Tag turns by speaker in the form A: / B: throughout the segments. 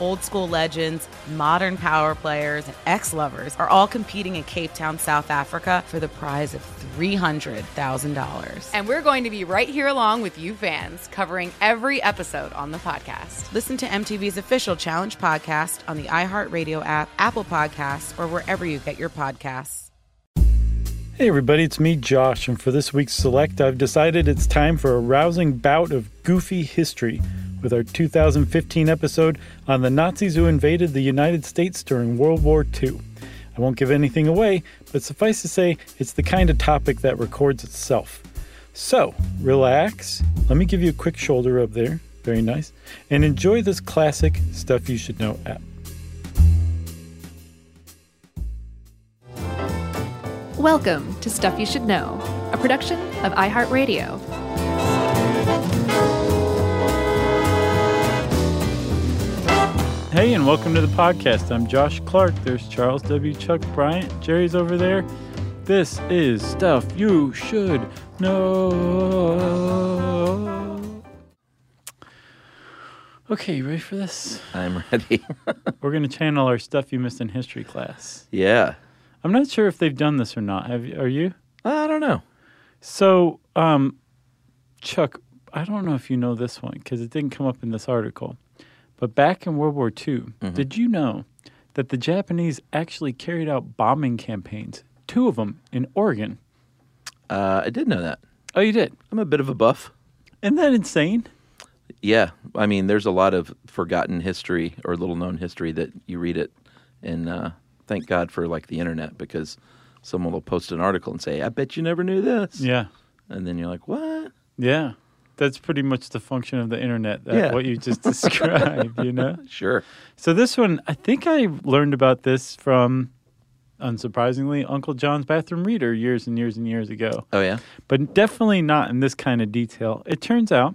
A: Old school legends, modern power players, and ex lovers are all competing in Cape Town, South Africa for the prize of $300,000.
B: And we're going to be right here along with you fans, covering every episode on the podcast.
A: Listen to MTV's official Challenge podcast on the iHeartRadio app, Apple Podcasts, or wherever you get your podcasts.
C: Hey, everybody, it's me, Josh, and for this week's Select, I've decided it's time for a rousing bout of goofy history with our 2015 episode on the Nazis who invaded the United States during World War II. I won't give anything away, but suffice to say, it's the kind of topic that records itself. So, relax. Let me give you a quick shoulder up there. Very nice. And enjoy this classic Stuff You Should Know app.
D: Welcome to Stuff You Should Know, a production of iHeartRadio.
C: Hey, and welcome to the podcast. I'm Josh Clark. There's Charles W. Chuck Bryant. Jerry's over there. This is stuff you should know. Okay, you ready for this?
E: I'm ready.
C: We're going to channel our stuff you missed in history class.
E: yeah.
C: I'm not sure if they've done this or not. Have you, are you?
E: I don't know.
C: So, um, Chuck, I don't know if you know this one because it didn't come up in this article. But back in World War II, did you know that the Japanese actually carried out bombing campaigns, two of them in Oregon?
E: Uh, I did know that.
C: Oh, you did?
E: I'm a bit of a buff.
C: Isn't that insane?
E: Yeah. I mean, there's a lot of forgotten history or little known history that you read it. And uh, thank God for like the internet because someone will post an article and say, I bet you never knew this.
C: Yeah.
E: And then you're like, what?
C: Yeah. That's pretty much the function of the internet, that,
E: Yeah.
C: what you just described, you know?
E: Sure.
C: So this one, I think I learned about this from, unsurprisingly, Uncle John's Bathroom Reader years and years and years ago.
E: Oh, yeah.
C: but definitely not in this kind of detail. It turns out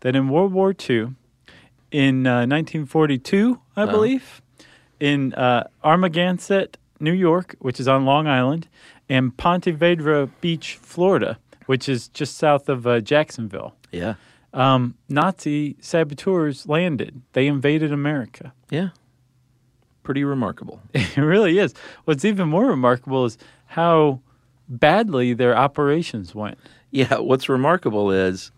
C: that in World War II, in uh, 1942, I believe, in uh, Armagansett, New York, which is on Long Island, and Pontevedra Beach, Florida, which is just south of uh, Jacksonville,
E: Yeah.
C: um, Nazi saboteurs landed. They invaded America.
E: Yeah. Pretty remarkable.
C: It really is. What's even more remarkable is how badly their operations went.
E: Yeah, what's remarkable is,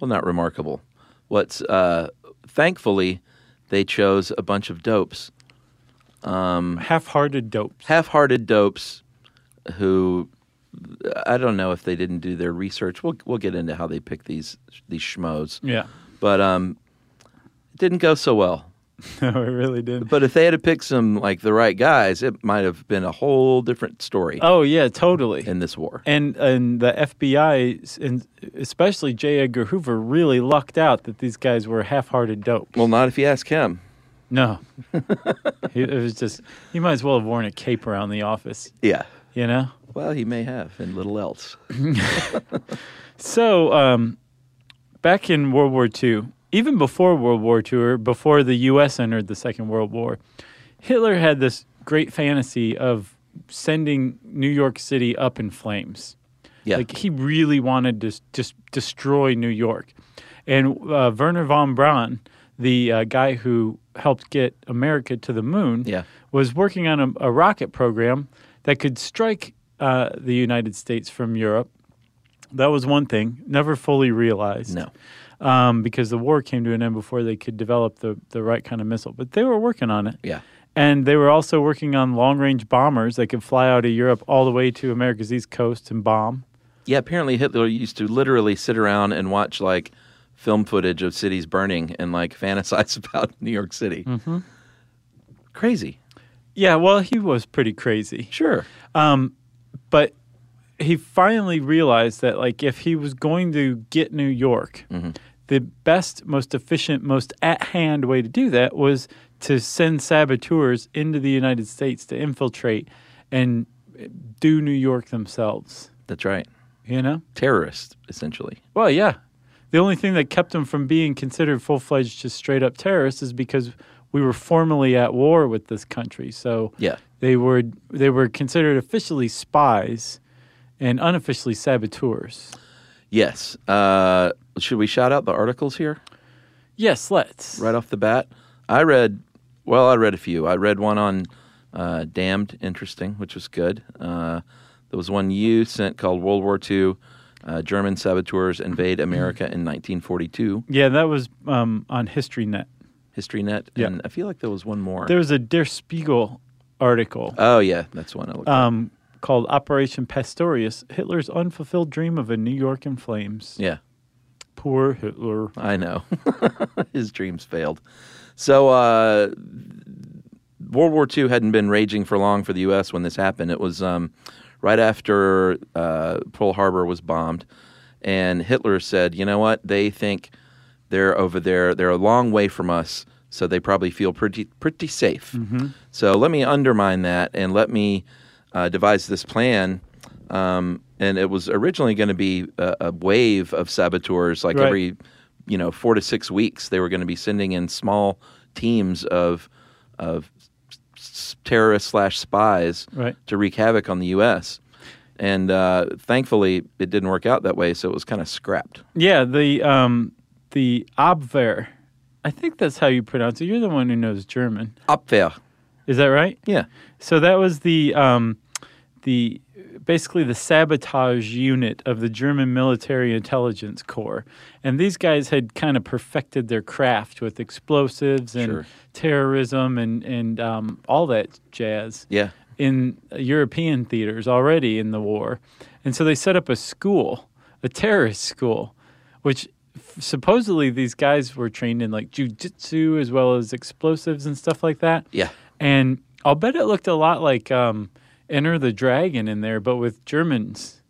E: well, not remarkable. What's uh, thankfully, they chose a bunch of dopes,
C: Half-hearted dopes.
E: half-hearted dopes, who I don't know if they didn't do their research. We'll we'll get into how they pick these these schmoes,
C: Yeah.
E: but um, it didn't go so well.
C: No, it really did.
E: But if they had picked some like the right guys, it might have been a whole different story
C: Oh yeah, totally.
E: in this war.
C: And and the FBI s- and especially J. Edgar Hoover really lucked out that these guys were half-hearted dope.
E: Well, not if you ask him.
C: no, he, it was just he might as well have worn a cape around the office,
E: Yeah.
C: you know.
E: Well, he may have, and little else.
C: So um, back in World War II, even before World War II or before the U.S. entered the Second World War, Hitler had this great fantasy of sending New York City up in flames.
E: Yeah.
C: Like he really wanted to just destroy New York. And uh, Werner von Braun, the uh, guy who helped get America to the moon,
E: Yeah.
C: was working on a, a rocket program that could strike uh, the United States from Europe. That was one thing, never fully realized
E: no.
C: um, because the war came to an end before they could develop the, the right kind of missile. But they were working on it.
E: Yeah.
C: And they were also working on long range bombers that could fly out of Europe all the way to America's East Coast and bomb.
E: Yeah, apparently Hitler used to literally sit around and watch like Mm-hmm. film footage of cities burning and like fantasize about New York City. Crazy.
C: Yeah, well, he was pretty crazy.
E: Sure.
C: but he finally realized that like if he was going to get New York, the best, most efficient, most at hand way to do that was to send saboteurs into the United States to infiltrate and do New York themselves.
E: That's right.
C: You know?
E: Terrorist, essentially.
C: Well, yeah. The only thing that kept him from being considered full fledged just straight up terrorists is because we were formally at war with this country. So
E: Yeah.
C: they were they were considered officially spies and unofficially saboteurs.
E: Yes. Uh, should we shout out the articles here
C: Yes, let's.
E: right off the bat? I read, well, I read a few. I read one on uh, Damned, interesting, which was good. Uh, there was one you sent called World War II uh, German Saboteurs Invade America in 1942,
C: Yeah, that was um, on History Net.
E: History Net.
C: Yeah.
E: And I feel like there was one more.
C: There was a Der Spiegel article
E: oh, yeah, that's one I looked at.
C: um, called Operation Pastorius Hitler's Unfulfilled Dream of a New York in Flames.
E: Yeah.
C: Poor Hitler.
E: I know. His dreams failed. So, uh, World War II hadn't been raging for long for the U.S. when this happened. It was um, right after uh, Pearl Harbor was bombed, and Hitler said, "You know what? They think they're over there. They're a long way from us, so they probably feel pretty pretty safe. So let me undermine that and let me uh, devise this plan." Um, and it was originally going to be a, a wave of saboteurs, like
C: Right.
E: every you know four to six weeks they were going to be sending in small teams of of s- terrorists slash spies
C: Right.
E: to wreak havoc on the U.S. And uh, thankfully, it didn't work out that way, so it was kind of scrapped.
C: Yeah, the um, the Abwehr. I think that's how you pronounce it. You're the one who knows German.
E: Abwehr,
C: Is that right?
E: yeah,
C: So that was the um, the basically the sabotage unit of the German military intelligence corps, and these guys had kind of perfected their craft with explosives and
E: Sure.
C: terrorism and and um, all that jazz
E: yeah,
C: in European theaters already in the war. And so they set up a school, a terrorist school, which f- supposedly these guys were trained in like jujitsu as well as explosives and stuff like that.
E: Yeah.
C: And I'll bet it looked a lot like um, Enter the Dragon in there, but with Germans,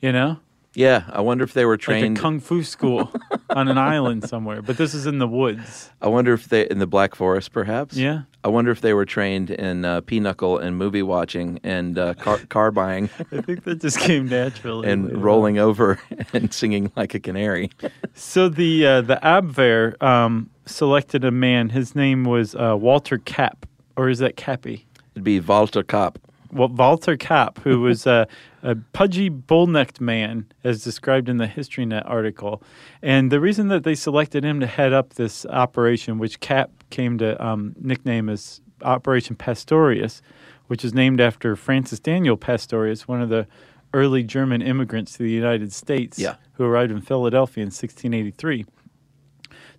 C: you know?
E: yeah. I wonder if they were
C: Like
E: trained.
C: a kung fu school on an island somewhere, but this is in the woods.
E: I wonder if they in the Black Forest, perhaps.
C: Yeah.
E: I wonder if they were trained in uh, pinochle and movie watching and uh, car, car buying
C: I think that just came naturally.
E: and rolling over and singing like a canary.
C: So the uh, the Abwehr um, selected a man. His name was uh, Walter Kapp, or is that Cappy?
E: It'd be Walter Kopp.
C: Well, Walter Kapp, who was a, a pudgy, bull-necked man, as described in the HistoryNet article. And the reason that they selected him to head up this operation, which Kapp came to um, nickname as Operation Pastorius, which is named after Francis Daniel Pastorius, one of the early German immigrants to the United States
E: Yeah.
C: who arrived in Philadelphia in 1683.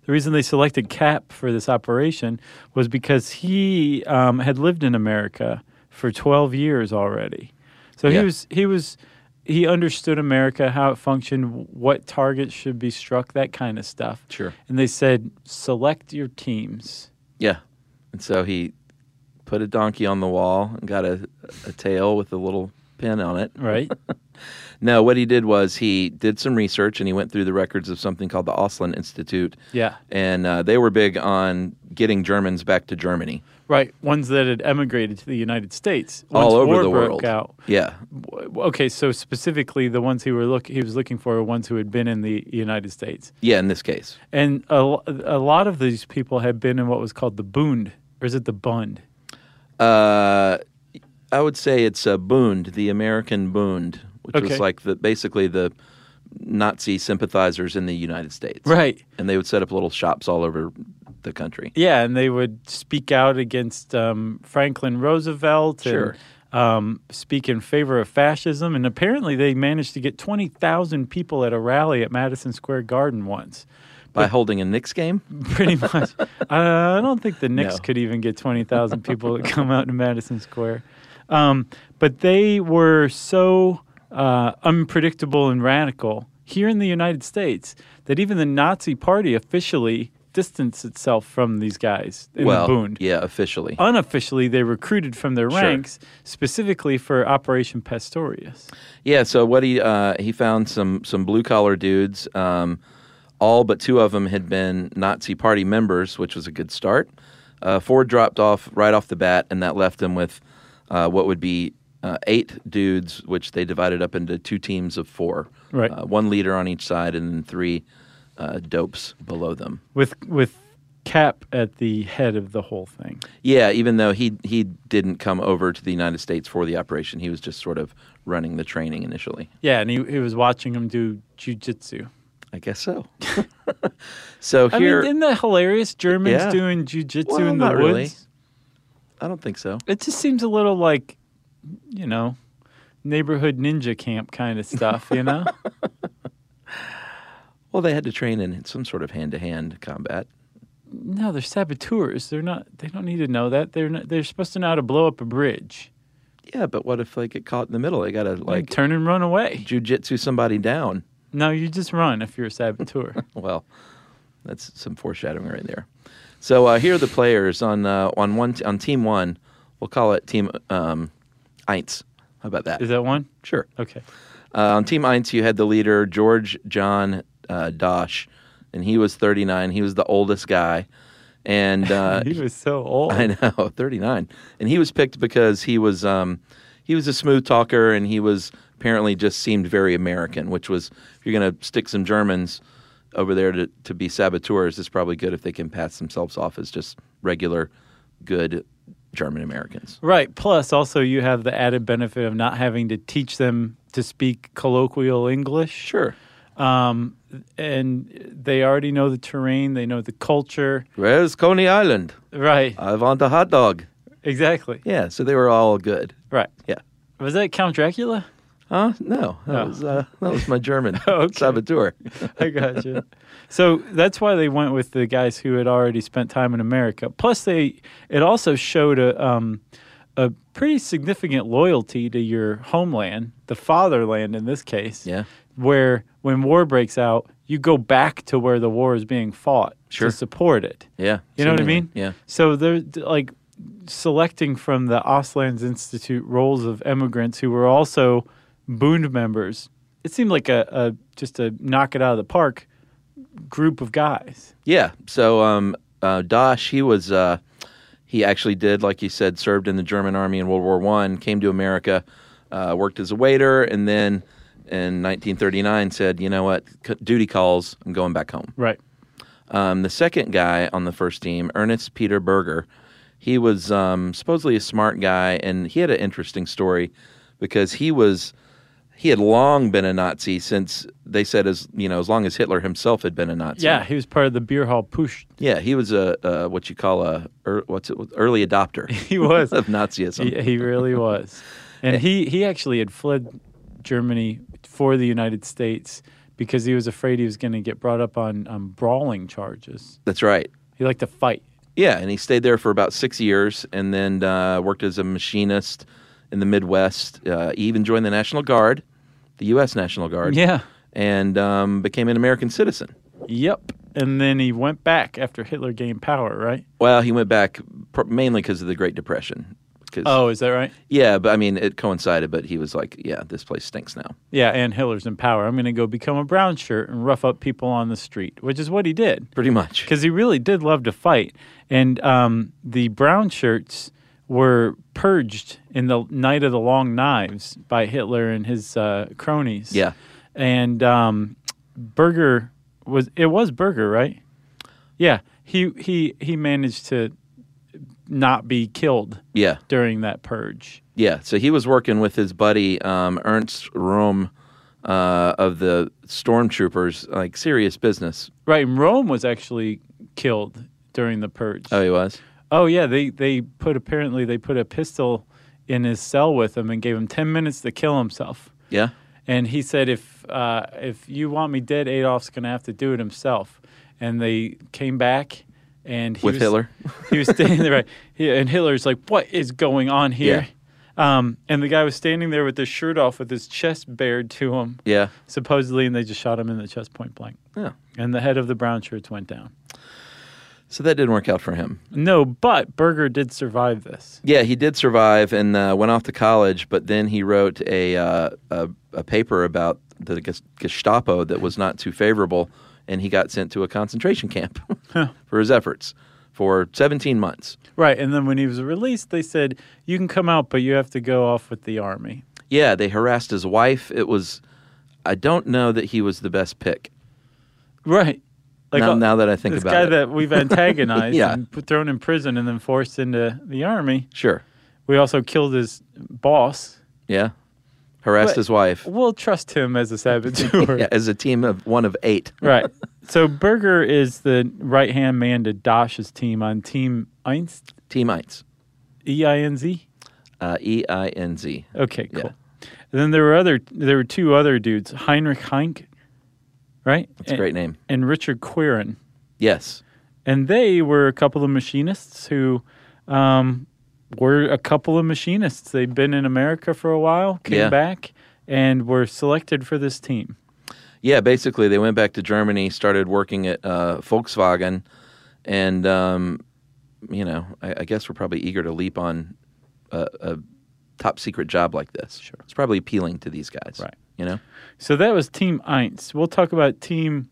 C: The reason they selected Cap for this operation was because he um, had lived in America for 12 years already. So
E: Yeah.
C: he was he was he understood America, how it functioned, what targets should be struck, that kind of stuff.
E: Sure.
C: And they said, select your teams.
E: Yeah. And so he put a donkey on the wall and got a, a tail with a little pin on it.
C: Right.
E: No, what he did was he did some research and he went through the records of something called the Auslan Institute.
C: Yeah.
E: And uh, they were big on getting Germans back to Germany
C: right. Ones that had emigrated to the United States once
E: all over
C: war
E: the
C: broke
E: world.
C: out.
E: Yeah.
C: W- Okay, so specifically the ones he were look he was looking for were ones who had been in the United States.
E: Yeah, in this case.
C: And a, lo- a lot of these people had been in what was called the Bund, or is it the Bund?
E: Uh, I would say it's a Bund, the American Bund, which
C: Okay.
E: was like the basically the Nazi sympathizers in the United States.
C: Right.
E: And they would set up little shops all over the country.
C: Yeah, and they would speak out against um, Franklin Roosevelt
E: Sure.
C: and um, speak in favor of fascism. And apparently, they managed to get 20,000 people at a rally at Madison Square Garden once.
E: by holding a Knicks game.
C: Pretty much. uh, I don't think the Knicks
E: No.
C: could even get 20,000 people to come out to Madison Square. Um, but they were so uh, unpredictable and radical here in the United States that even the Nazi Party officially distanced itself from these guys in
E: well,
C: the Boond.
E: yeah, officially.
C: Oh. Unofficially, they recruited from their
E: Sure.
C: ranks specifically for Operation Pastorius.
E: Yeah. So what he uh, he found some some blue collar dudes. Um, all but two of them had been Nazi Party members, which was a good start. Uh, four dropped off right off the bat, and that left them with uh, what would be uh, eight dudes, which they divided up into two teams of four.
C: Right.
E: Uh, one leader on each side, and then three uh, dopes below them.
C: with with Cap at the head of the whole thing.
E: Yeah, even though he he didn't come over to the United States for the operation, he was just sort of running the training initially.
C: Yeah, and he, he was watching him do jujitsu.
E: I guess so. so
C: I
E: here,
C: mean, isn't that hilarious? Germans
E: Yeah.
C: doing jujitsu
E: Well,
C: in the
E: not
C: woods.
E: really. I don't think so.
C: It just seems a little like, you know, neighborhood ninja camp kind of stuff. You know,
E: Well, they had to train in some sort of hand-to-hand combat.
C: no, they're saboteurs. They're not. They don't need to know that. They're not, they're supposed to know how to blow up a bridge.
E: Yeah, but what if they get caught in the middle? They gotta
C: Like
E: like
C: turn and run away.
E: jujitsu somebody down.
C: No, you just run if you're a saboteur.
E: Well, that's some foreshadowing right there. So uh, here are the players on uh, on one on team one. We'll call it team um, Eins. How about that?
C: Is that one?
E: sure.
C: Okay.
E: Uh, on Team Eins, you had the leader, George John uh, Dosh, and he was 39. He was the oldest guy. And uh,
C: He was so old.
E: I know, 39. And he was picked because he was um, he was a smooth talker and he was apparently just seemed very American, which was if you're going to stick some Germans over there to, to be saboteurs, it's probably good if they can pass themselves off as just regular, good German Americans.
C: Right. Plus, also, you have the added benefit of not having to teach them to speak colloquial English.
E: Sure.
C: And they already know the terrain, they know the culture.
E: Where's Coney Island?
C: Right.
E: I want a hot dog.
C: exactly.
E: Yeah, so they were all good.
C: Right.
E: Yeah.
C: Was that Count Dracula?
E: Huh? No, that was uh, that was my German
C: Oh. Okay.
E: saboteur.
C: I gotcha. so that's why they went with the guys who had already spent time in America. Plus, they it also showed a um, a pretty significant loyalty to your homeland, the fatherland in this case.
E: Yeah.
C: Where when war breaks out, you go back to where the war is being fought
E: Sure.
C: to support it.
E: Yeah,
C: You know what I
E: seemingly.
C: mean?
E: Yeah,
C: So they're d- like selecting from the Auslands Institute rolls of immigrants who were also Bund members. It seemed like a, a just a knock it out of the park group of guys.
E: yeah. So um, uh, Dash, he was uh, he actually did, like you said, served in the German army in World War One, came to America, uh, worked as a waiter, and then in 1939 said, you know what, C- duty calls, I'm going back home.
C: Right.
E: Um, the second guy on the first team, Ernest Peter Berger, he was um, supposedly a smart guy, and he had an interesting story because he was he had long been a Nazi since they said as you know as long as Hitler himself had been a Nazi.
C: Yeah, he was part of the beer hall push.
E: yeah, he was a, a what you call a er, what's it early adopter.
C: He was.
E: of Nazism.
C: he, he really was. And he, he actually had fled Germany for the United States because he was afraid he was going to get brought up on um, brawling charges.
E: That's right.
C: He liked to fight.
E: Yeah, and he stayed there for about six years, and then uh, worked as a machinist in the Midwest. Uh, he even joined the National Guard, the U.S. National Guard.
C: Yeah.
E: and um, became an American citizen.
C: Yep. And then he went back after Hitler gained power, right?
E: Well, he went back pr- mainly because of the Great Depression. 'Cause-
C: Oh, is that right?
E: yeah, but I mean, it coincided. But he was like, "Yeah, this place stinks now."
C: Yeah, and Hitler's in power. I'm going to go become a brown shirt and rough up people on the street, which is what he did
E: Pretty much.
C: because he really did love to fight. And um, the brown shirts were purged in the night of the long knives by Hitler and his uh, cronies.
E: Yeah.
C: And um, Berger was it was Berger, right? Yeah. He he he managed to not be killed
E: Yeah,
C: during that purge.
E: yeah. So he was working with his buddy um, Ernst Röhm uh, of the Stormtroopers, like serious business.
C: Right, and Rome was actually killed during the purge.
E: Oh, he was.
C: oh yeah, they they put apparently they put a pistol in his cell with him and gave him 10 minutes to kill himself.
E: Yeah.
C: And he said if uh, if you want me dead, Adolf's going to have to do it himself. And they came back and he
E: With
C: was,
E: Hitler?
C: he was standing there right. He, and Hitler's like, "What is going on here?" Um, and the guy was standing there with his shirt off with his chest bared to him.
E: Yeah.
C: supposedly, and they just shot him in the chest point blank.
E: Yeah.
C: And the head of the brown shirts went down.
E: So that didn't work out for him.
C: No, but Berger did survive this.
E: Yeah, he did survive and uh, went off to college, but then he wrote a, uh, a a paper about the Ges- Gestapo that was not too favorable, and he got sent to a concentration camp for his efforts for 17 months.
C: Right, and then when he was released, they said, you can come out, but you have to go off with the army.
E: Yeah, they harassed his wife. It was, I don't know that he was the best pick.
C: Right.
E: Now-
C: uh,
E: now that I think
C: this
E: about
C: guy
E: it.
C: that we've antagonized
E: Yeah.
C: and put, thrown in prison and then forced into the army.
E: Sure.
C: We also killed his boss.
E: Yeah. Harassed
C: But-
E: his wife.
C: We'll trust him as a saboteur.
E: Yeah, as a team of one of eight.
C: Right. So Berger is the right hand man to Dosh's team on Team Einz,
E: Teamites.
C: E I N Z.
E: Uh, E I N Z.
C: Okay,
E: Yeah.
C: cool. And then there were other there were two other dudes, Heinrich Heinck, right?
E: That's a great name.
C: And Richard Quirin.
E: Yes.
C: And they were a couple of machinists who um, were a couple of machinists. They'd been in America for a while, came
E: Yeah.
C: back, and were selected for this team.
E: Yeah, basically, they went back to Germany, started working at uh, Volkswagen, and um, you know, I, I guess we're probably eager to leap on a, a top secret job like this. Sure, it's probably appealing to these guys,
C: Right.
E: You know,
C: So that was Team Eins. We'll talk about Team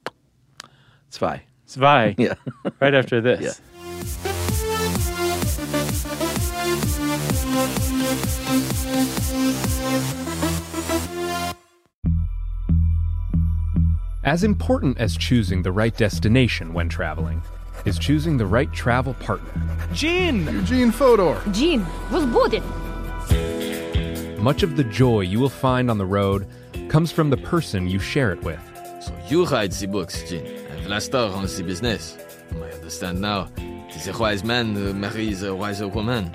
E: it's fine.
C: Zwei
E: Yeah,
C: right after this.
F: As important as choosing the right destination when traveling is choosing the right travel partner.
G: Eugene Fodor.
D: Gene, was booted.
F: Much of the joy you will find on the road comes from the person you share it with.
B: So you write the books, Jean, and Vlastar runs the business. I understand now. It is a wise man who marries a wiser woman.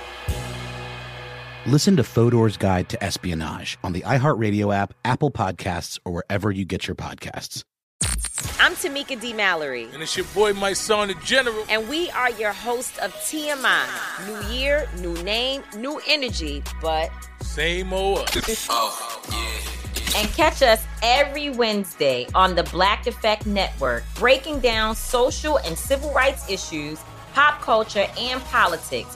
H: Listen to Fodor's Guide to Espionage on the iHeartRadio app, Apple Podcasts, or wherever you get your podcasts.
I: I'm Tamika D. Mallory,
B: And it's your boy, my son, the general.
I: and we are your hosts of TMI. New year, new name, new energy, but.
B: Same old. Oh,
I: And catch us every Wednesday on the Black Effect Network, breaking down social and civil rights issues, pop culture, and politics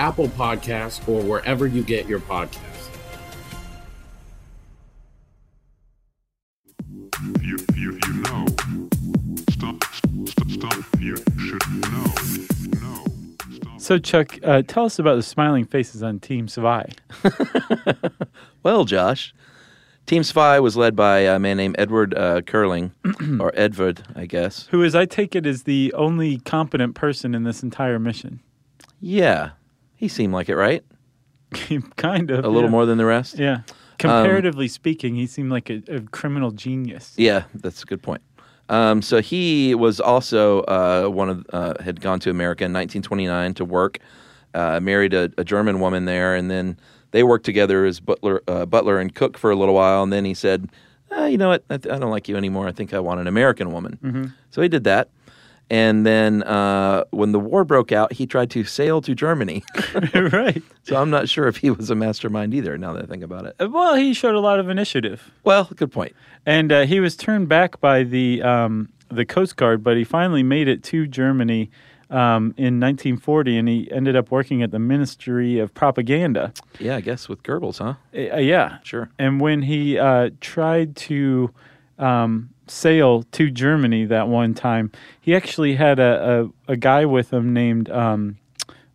B: Apple Podcasts, or wherever you get your podcasts.
G: You, you, you know. Stop, stop, stop. You should know. No.
C: So Chuck, uh, tell us about the smiling faces on Team Zwei.
E: Well, Josh, Team Spy was led by a man named Edward uh, Curling, or Edward, I guess.
C: Who is I take it is the only competent person in this entire mission.
E: Yeah, he seemed like it, right?
C: kind of.
E: A little
C: yeah.
E: more Um, than the rest.
C: Yeah. Comparatively speaking, he seemed like a, a criminal genius.
E: Yeah, that's a good point. Um, so he was also uh, one of uh, had gone to America in 1929 to work, uh, married a, a German woman there, and then they worked together as butler, uh, butler and cook for a little while. And then he said, "Ah, "You know what? I, th- I don't like you anymore. I think I want an American woman."
J: Mhm.
E: So he did that. And then uh, when the war broke out, he tried to sail to Germany.
C: right.
E: So I'm not sure if he was a mastermind either. Now that I think about it.
C: Uh, Well, he showed a lot of initiative.
E: Well, good point.
C: And uh, he was turned back by the um, the Coast Guard, but he finally made it to Germany um, in 1940, and he ended up working at the Ministry of Propaganda.
E: Yeah, I guess with Goebbels, huh?
C: Uh, yeah,
E: sure.
C: And when he uh, tried to um, sail to Germany that one time, he actually had a, a, a guy with him named um,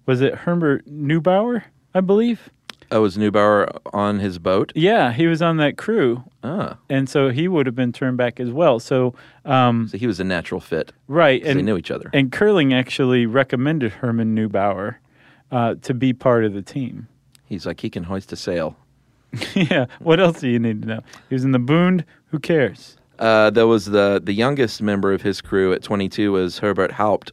C: was it Herbert Neubauer, I believe.
E: Oh, was Neubauer on his boat?
C: Yeah, he was on that crew.
E: Ah.
C: And so he would have been turned back as well. So, um,
E: so he was a natural fit.
C: Right.
E: 'Cause they knew each other.
C: And Curling actually recommended Herman Neubauer uh, to be part of the team.
E: He's like, he can hoist a sail.
C: yeah. What else do you need to know? He was in the Boond. Who cares?
E: Uh, that was the the youngest member of his crew at 22 was Herbert Haupt,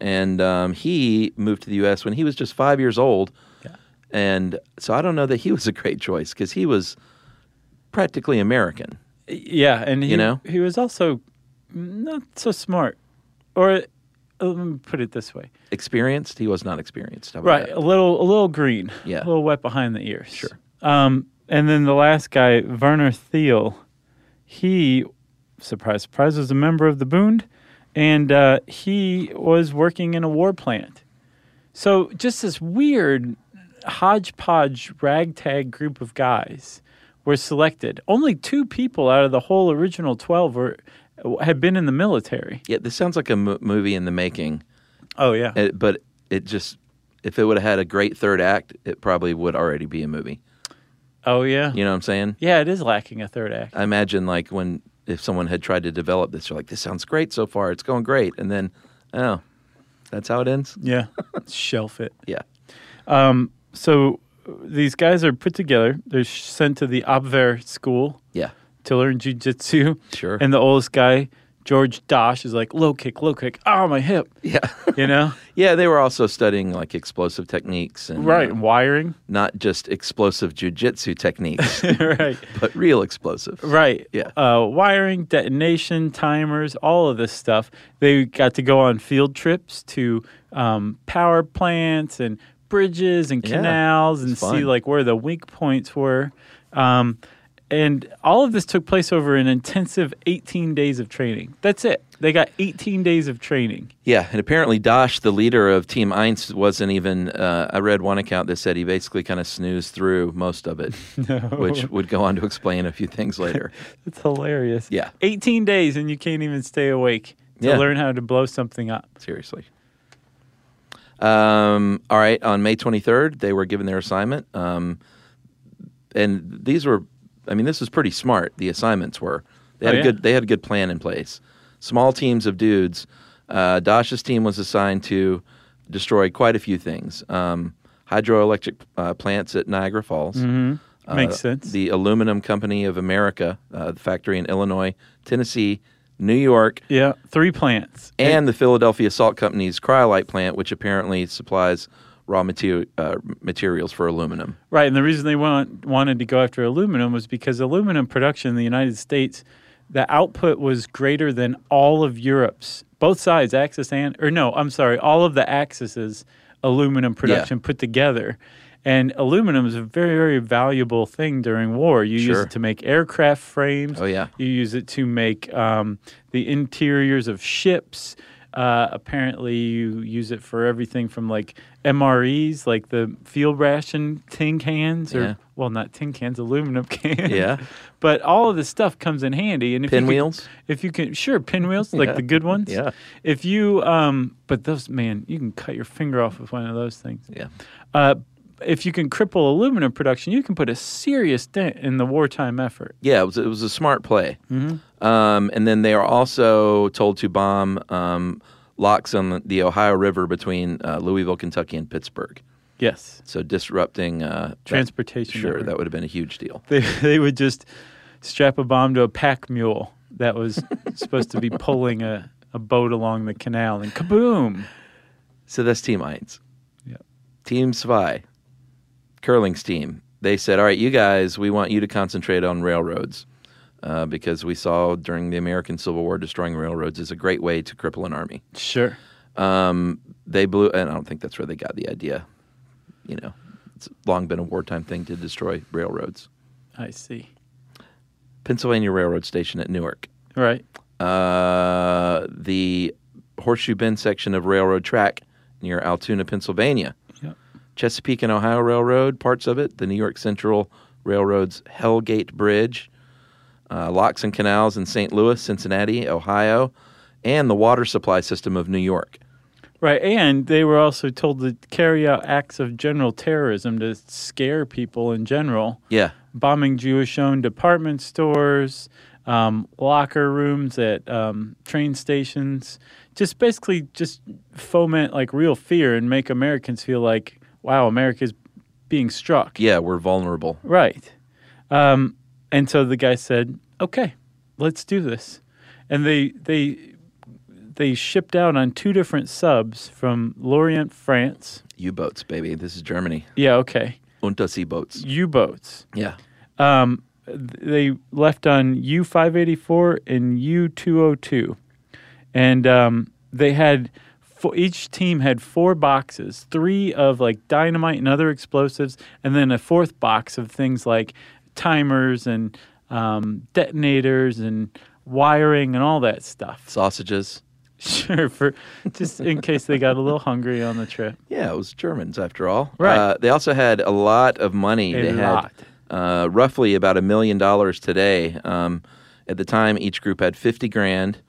E: and um, he moved to the U.S. when he was just five years old. And so I don't know that he was a great choice because he was practically American.
C: Yeah. And he,
E: You know?
C: he was also not so smart. Or uh, let me put it this way
E: Experienced, he was not experienced. How about
C: Right,
E: that?
C: a little, a little green,
E: Yeah.
C: a little wet behind the ears. Sure. Um, and then the last guy, Werner Thiel, he, surprise, surprise, was a member of the Bund, and uh, he was working in a war plant. So just this weird hodgepodge, ragtag group of guys were selected. Only two people out of the whole original twelve were had been in the military.
E: Yeah, this sounds like a m- movie in the making.
C: Oh yeah.
E: It, but it just if it would have had a great third act, it probably would already be a movie.
C: Oh yeah.
E: You know what I'm saying?
C: Yeah, it is lacking a third act.
E: I imagine like when if someone had tried to develop this, you're like, this sounds great so far, it's going great, and then oh, that's how it ends.
C: Yeah. Shelf it.
E: Yeah.
C: Um, so these guys are put together. They're sh- sent to the Abwehr school.
E: Yeah.
C: To learn jujitsu.
E: Sure.
C: And the oldest guy, George Dosh, is like low kick, low kick. Oh my hip.
E: Yeah.
C: You know.
E: Yeah, they were also studying like explosive techniques and
C: Right,
E: uh,
C: wiring.
E: not just explosive jujitsu techniques,
C: right?
E: But real explosive.
C: Right.
E: Yeah.
C: Uh, wiring, detonation, timers, all of this stuff. They got to go on field trips to um, power plants and bridges and
J: Yeah,
C: canals
J: it's
C: and see
J: fun.
C: like where the weak points were. Um, and all of this took place over an intensive 18 days of training. That's it. They got 18 days of training.
E: Yeah, and apparently Dash, the leader of Team Eins, wasn't even. Uh, I read one account that said he basically kind of snoozed through most of it,
C: No.
E: which would go on to explain a few things later.
C: That's hilarious.
E: Yeah.
C: 18 days and you can't even stay awake to
E: Yeah.
C: learn how to blow something up.
E: Seriously. Um, all right. On May 23rd, they were given their assignment. Um, and these were, I mean, this was pretty smart. The assignments were. They had
J: Oh,
E: a
J: yeah.
E: good. They had a good plan in place. Small teams of dudes. Uh, Dasha's team was assigned to destroy quite a few things. Um, hydroelectric uh, plants at Niagara Falls. Uh,
C: Mhm. Makes sense.
E: The Aluminum Company of America, uh, the factory in Illinois, Tennessee, New York,
C: Yeah. Three plants.
E: and the Philadelphia Salt Company's cryolite plant, which apparently supplies raw materi- uh, materials for aluminum.
C: Right, and the reason they want, wanted to go after aluminum was because aluminum production in the United States, the output was greater than all of Europe's, both sides, Axis and or no, I'm sorry, all of the Axis's aluminum production put together. And aluminum is a very, very valuable thing during war. You use
E: Sure.
C: it to make aircraft frames.
E: Oh, yeah.
C: You use it to make um, the interiors of ships. Uh, apparently, you use it for everything from like MREs, like the field ration tin cans, or
E: Yeah.
C: well, not tin cans, aluminum cans.
E: Yeah.
C: but all of this stuff comes in handy. And if
E: Pinwheels?
C: you can, if you can, sure, pinwheels, like
E: Yeah.
C: the good ones.
E: Yeah.
C: If you, um, but those, man, you can cut your finger off with one of those things.
E: Yeah.
C: Uh, if you can cripple aluminum production, you can put a serious dent in the wartime effort.
E: Yeah, it was, it was a smart play.
C: Mhm.
E: Um, and then they are also told to bomb um, locks on the Ohio River between uh, Louisville, Kentucky, and Pittsburgh.
C: Yes.
E: So disrupting uh, that-
C: Transportation
E: sure,
C: network.
E: that would have been a huge deal.
C: They, they would just strap a bomb to a pack mule that was supposed to be pulling a, a boat along the canal, and kaboom!
E: So that's Team Eins. Team Svi, curling's team, they said, "All right, you guys, we want you to concentrate on railroads uh, because we saw during the American Civil War destroying railroads is a great way to cripple an army."
C: Sure.
E: Um, they blew, and I don't think that's where they got the idea. You know, it's long been a wartime thing to destroy railroads.
C: I see.
E: Pennsylvania Railroad Station at Newark.
C: Right.
E: Uh, the Horseshoe Bend section of railroad track near Altoona, Pennsylvania.
C: Yep.
E: Chesapeake and Ohio Railroad, parts of it. The New York Central Railroad's Hellgate Bridge. Uh, locks and canals in St. Louis, Cincinnati, Ohio. And the water supply system of New York.
C: Right, and they were also told to carry out acts of general terrorism to scare people in general.
E: Yeah.
C: bombing Jewish-owned department stores, um, locker rooms at um, train stations. Just basically, just foment like real fear and make Americans feel like, wow, America's being struck.
E: Yeah, we're vulnerable.
C: Right. Um, and so the guy said, "Okay, let's do this." And they they they shipped out on two different subs from Lorient, France.
E: U boats, baby. This is Germany.
C: Yeah. Okay.
E: Unterseeboats.
C: U boats.
E: Yeah.
C: Um, th- they left on U five eighty four and U two hundred two, and um, they had fo- each team had four boxes, three of like dynamite and other explosives, and then a fourth box of things like timers and um, detonators and wiring and all that stuff.
E: Sausages.
C: Sure, for just in case they got a little hungry on the trip.
E: Yeah, it was Germans after all.
C: Right.
E: Uh, they also had a lot of money.
C: A
E: they
C: lot.
E: had uh, roughly about a million dollars today. Um, at the time, each group had fifty grand,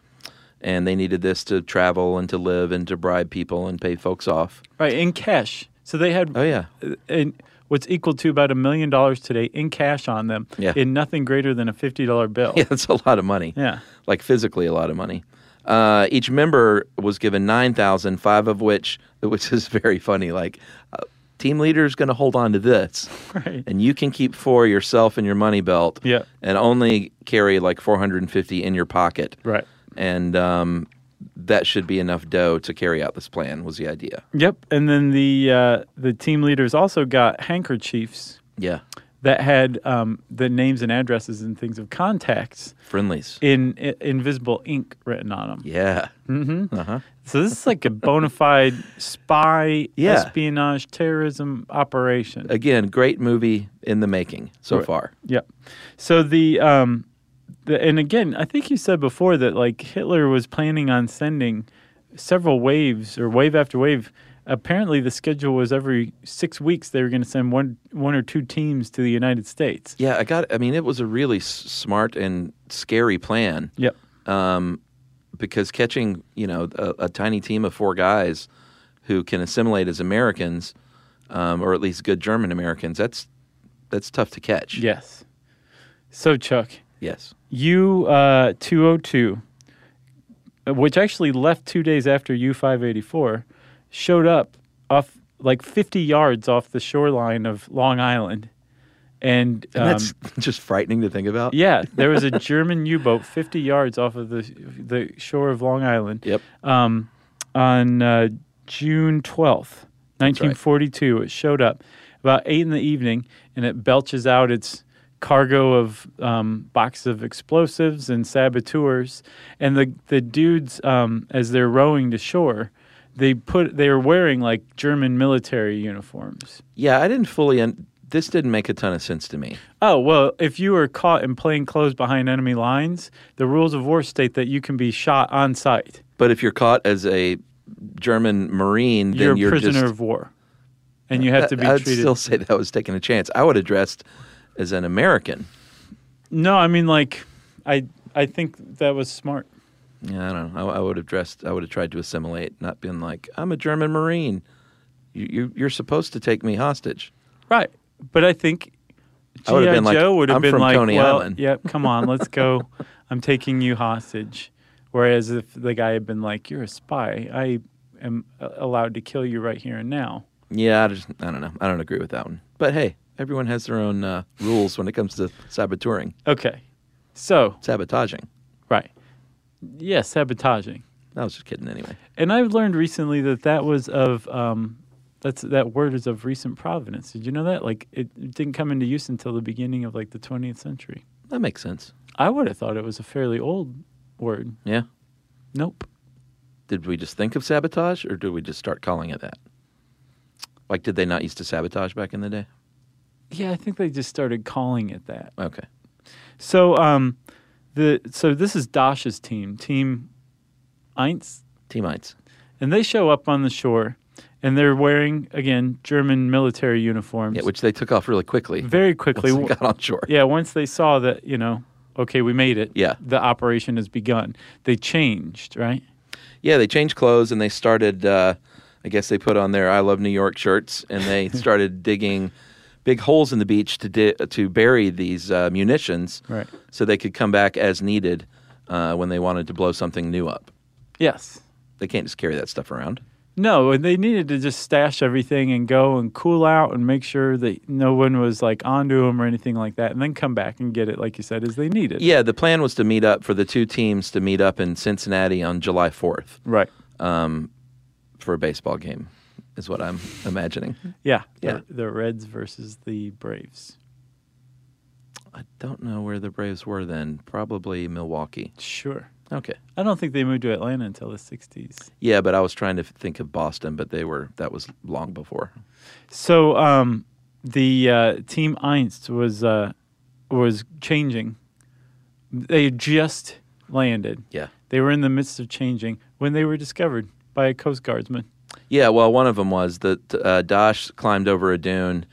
E: and they needed this to travel and to live and to bribe people and pay folks off.
C: Right, in cash. So they had
E: Oh yeah.
C: and what's equal to about a million dollars today in cash on them
E: Yeah.
C: in nothing greater than a $50 bill.
E: Yeah, that's a lot of money.
C: Yeah.
E: like physically a lot of money. Uh, each member was given nine thousand, five of which, which is very funny. Like, uh, team leader is going to hold on to this,
C: Right.
E: and you can keep four yourself in your money belt.
C: Yeah.
E: and only carry like four hundred and fifty in your pocket.
C: Right.
E: and um, that should be enough dough to carry out this plan. Was the idea?
C: Yep. And then the uh, the team leaders also got handkerchiefs
E: Yeah,
C: that had um, the names and addresses and things of contacts
E: friendlies.
C: in, i invisible ink written on them.
E: Yeah.
C: Mm-hmm.
E: Uh huh.
C: So this is like a bona fide spy,
E: Yeah.
C: espionage, terrorism operation.
E: Again, great movie in the making so
C: Right.
E: far.
C: Yep. So the um, the and again, I think you said before that like Hitler was planning on sending several waves or wave after wave. Apparently, the schedule was every six weeks they were going to send one one or two teams to the United States.
E: Yeah, I got. I mean, it was a really s- smart and scary plan.
C: Yep.
E: Um, because catching you know a, a tiny team of four guys who can assimilate as Americans, um, or at least good German Americans, that's that's tough to catch.
C: Yes. So Chuck,
E: Yes.
C: U uh, two hundred two, uh, which actually left two days after U five eighty four, showed up off like fifty yards off the shoreline of Long Island, and,
E: And that's
C: um,
E: just frightening to think about.
C: Yeah, there was a German U-boat 50 yards off of the the shore of Long Island.
E: Yep.
C: Um, on uh, June 12th, 1942, it showed up about eight in the evening, and it belches out its cargo of um, boxes of explosives and saboteurs. And the the dudes, um, as they're rowing to shore, they put they are wearing like German military uniforms.
E: Yeah, I didn't fully. Un- this didn't make a ton of sense to me.
C: Oh, well, if you are caught in plain clothes behind enemy lines, the rules of war state that you can be shot on sight.
E: But if you're caught as a German Marine, then
C: You're
E: you're,
C: a prisoner
E: just,
C: of war. And you have to be
E: I'd
C: treated.
E: still say that was taking a chance. I would have dressed as an American.
C: No, I mean, like, I, I think that was smart.
E: Yeah, I don't know. I, I would have dressed. I would have tried to assimilate, not been like I'm a German Marine. You, you you're supposed to take me hostage.
C: Right. But I think
E: I would've
C: G.I.
E: been like,
C: Joe would have
E: "I'm
C: been
E: from
C: like,
E: Coney
C: well,
E: Island."
C: yep, come on, let's go. I'm taking you hostage. Whereas uh, if the guy had been like, you're a spy, I am a- allowed to kill you right here and now.
E: Yeah, I just I don't know. I don't agree with that one. But hey, everyone has their own uh, rules when it comes to saboteuring.
C: Okay. So
E: sabotaging.
C: Right. Yeah, sabotaging.
E: I was just kidding anyway.
C: And I've learned recently that that was of um, that's that word is of recent provenance. Did you know that? Like it didn't come into use until the beginning of like the 20th century.
E: That makes sense.
C: I would have thought it was a fairly old word.
E: Yeah.
C: Nope.
E: Did we just think of sabotage or did we just start calling it that? Like did they not used to sabotage back in the day?
C: Yeah, I think they just started calling it that.
E: Okay.
C: So um the so this is Dasha's team, team Eins.
E: Team Eins.
C: And they show up on the shore and they're wearing again German military uniforms.
E: Yeah, which they took off really quickly.
C: very quickly
E: once they got on shore.
C: Yeah, once they saw that, you know, okay, we made it.
E: Yeah.
C: The operation has begun. They changed, right?
E: Yeah, they changed clothes and they started. Uh, I guess they put on their "I Love New York" shirts and they started digging big holes in the beach to di- to bury these uh, munitions,
C: Right.
E: so they could come back as needed uh, when they wanted to blow something new up.
C: Yes.
E: They can't just carry that stuff around.
C: No, and they needed to just stash everything and go and cool out and make sure that no one was like onto them or anything like that, and then come back and get it, like you said, as they needed.
E: Yeah, the plan was to meet up for the two teams to meet up in Cincinnati on July fourth,
C: Right.
E: um, for a baseball game, is what I'm imagining.
C: Yeah.
E: Yeah.
C: The, the Reds versus the Braves.
E: Don't know where the Braves were then. Probably Milwaukee.
C: Sure.
E: Okay.
C: I don't think they moved to Atlanta until the 60s.
E: Yeah, but I was trying to think of Boston, but they were that was long before.
C: So um, the uh, team Einst was uh, was changing. They had just landed.
E: Yeah.
C: They were in the midst of changing when they were discovered by a Coast Guardsman.
E: Yeah, well, one of them was that uh, Dash climbed over a dune,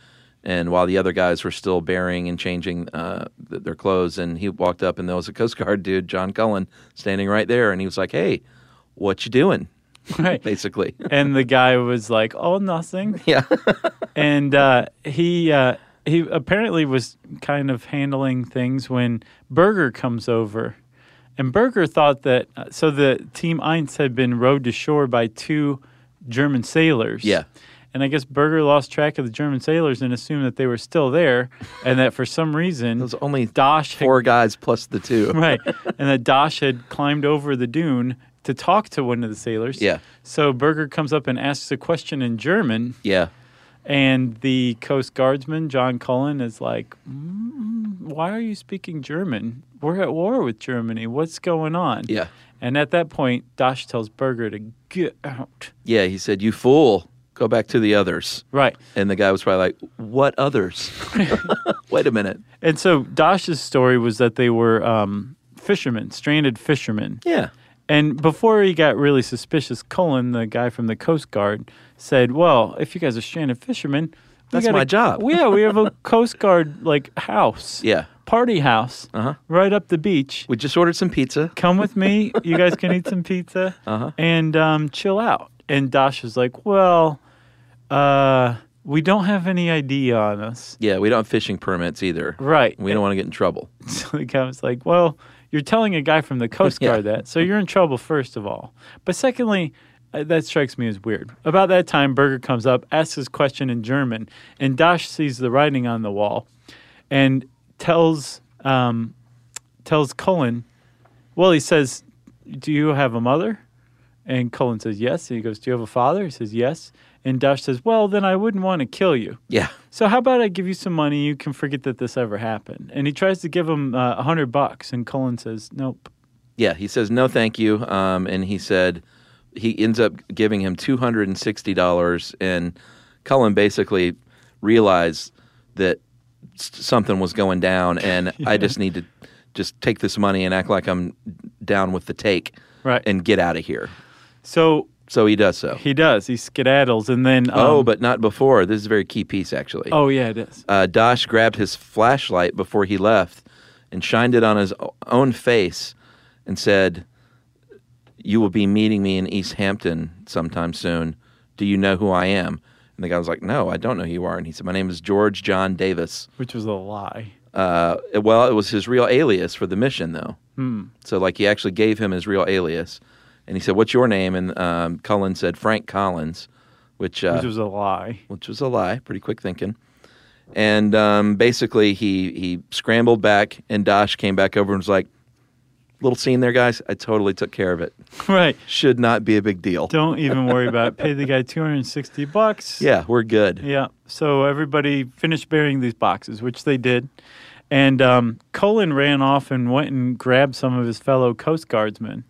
E: and while the other guys were still burying and changing uh, th- their clothes, and he walked up, and there was a Coast Guard dude, John Cullen, standing right there, and he was like, "Hey, what you doing?"
C: Right.
E: Basically,
C: and the guy was like, "Oh, nothing."
E: Yeah.
C: and uh, he uh, he apparently was kind of handling things when Berger comes over, and Berger thought that uh, so the team Eins had been rowed to shore by two German sailors.
E: Yeah.
C: And I guess Berger lost track of the German sailors and assumed that they were still there, and that for some reason it was
E: only
C: Dosh had
E: four guys plus the two.
C: right. And that Dash had climbed over the dune to talk to one of the sailors.
E: Yeah.
C: So Berger comes up and asks a question in German,
E: yeah.
C: and the Coast Guardsman, John Cullen, is like, mm, Why are you speaking German? We're at war with Germany. What's going on?
E: Yeah.
C: And at that point, Dash tells Berger to get out.
E: Yeah, he said, "You fool, go back to the others."
C: Right.
E: And the guy was probably like, "What others? Wait a minute."
C: And so Dash's story was that they were um, fishermen, stranded fishermen.
E: Yeah.
C: And before he got really suspicious, Cullen, the guy from the Coast Guard, said, "Well, if you guys are stranded fishermen, we
E: That's
C: got
E: my
C: a-
E: job."
C: yeah, we have a Coast Guard like house,
E: Yeah.
C: party house, uh-huh. right up the beach.
E: We just ordered some pizza.
C: Come with me. You guys can eat some pizza
E: Uh-huh.
C: and um, chill out." And Dash was like, "Well, uh, we don't have any ID on us."
E: Yeah, we don't have fishing permits either.
C: Right.
E: We don't want to get in trouble.
C: So the guy was like, "Well, you're telling a guy from the Coast Guard that, so you're in trouble first of all. But secondly, uh, that strikes me as weird." About that time, Berger comes up, asks his question in German, and Dash sees the writing on the wall, and tells um, tells Cullen, "Well, he says, do you have a mother?" And Cullen says, "Yes." And he goes, "Do you have a father?" He says, "Yes." And Dash says, "Well, then I wouldn't want to kill you."
E: Yeah.
C: So how about I give you some money? You can forget that this ever happened. And he tries to give him uh, a hundred bucks, and Cullen says, "Nope."
E: Yeah, he says no, thank you. Um, and he said he ends up giving him two hundred and sixty dollars. And Cullen basically realized that s- something was going down, and I just need to just take this money and act like I'm down with the take,
C: Right.
E: And get out of here.
C: So
E: So he does so.
C: he does. He skedaddles, and then um,
E: oh, but not before. This is a very key piece, actually.
C: oh yeah, it is.
E: uh, Dash grabbed his flashlight before he left and shined it on his o- own face and said, You will be meeting me in East Hampton sometime soon. Do you know who I am? And the guy was like, No, I don't know who you are. And he said, My name is George John Davis.
C: Which was a lie.
E: Uh, well, it was his real alias for the mission, though.
C: Hmm.
E: So, like, he actually gave him his real alias. And he said, What's your name? And um, Cullen said, Frank Collins. which uh,
C: Which was a lie.
E: Which was a lie. Pretty quick thinking. And um, basically, he he scrambled back, and Dash came back over and was like, "Little scene there, guys. I totally took care of it.
C: Right.
E: Should not be a big deal.
C: Don't even worry about it. Pay the guy 260 bucks.
E: Yeah, we're good.
C: Yeah. So everybody finished burying these boxes, which they did. And um, Colin ran off and went and grabbed some of his fellow Coast Guardsmen.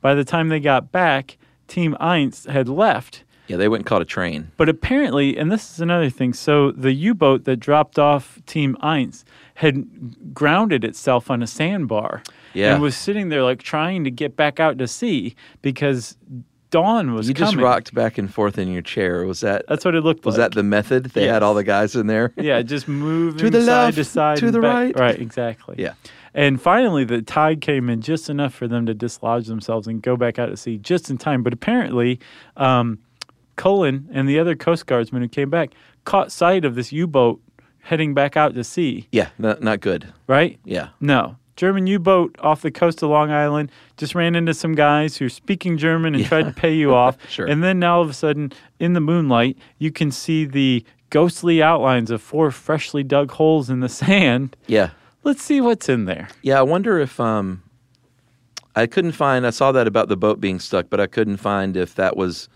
C: By the time they got back, Team Eins had left.
E: Yeah, they went and caught a train.
C: But apparently, and this is another thing, so the U boat that dropped off Team Eins had grounded itself on a sandbar
E: Yeah.
C: and was sitting there like trying to get back out to sea because dawn was
E: you
C: coming.
E: just rocked back and forth in your chair. Was that?
C: That's what it looked
E: Was
C: like.
E: that the method? They had all the guys in there.
C: Yeah, just moving
E: To the
C: side to
E: left,
C: side,
E: to
C: and
E: the
C: back.
E: right.
C: Right, exactly.
E: Yeah.
C: And finally, the tide came in just enough for them to dislodge themselves and go back out to sea just in time. But apparently, um, Cullen and the other Coast Guardsmen who came back caught sight of this U boat heading back out to sea,
E: Yeah, not, not good.
C: right?
E: Yeah.
C: No. German U boat off the coast of Long Island just ran into some guys who are speaking German and tried to pay you off.
E: Sure.
C: And then now all of a sudden, in the moonlight, you can see the ghostly outlines of four freshly dug holes in the sand.
E: Yeah.
C: Let's see what's in there.
E: Yeah, I wonder if um, I couldn't find. I saw that about the boat being stuck, but I couldn't find if that was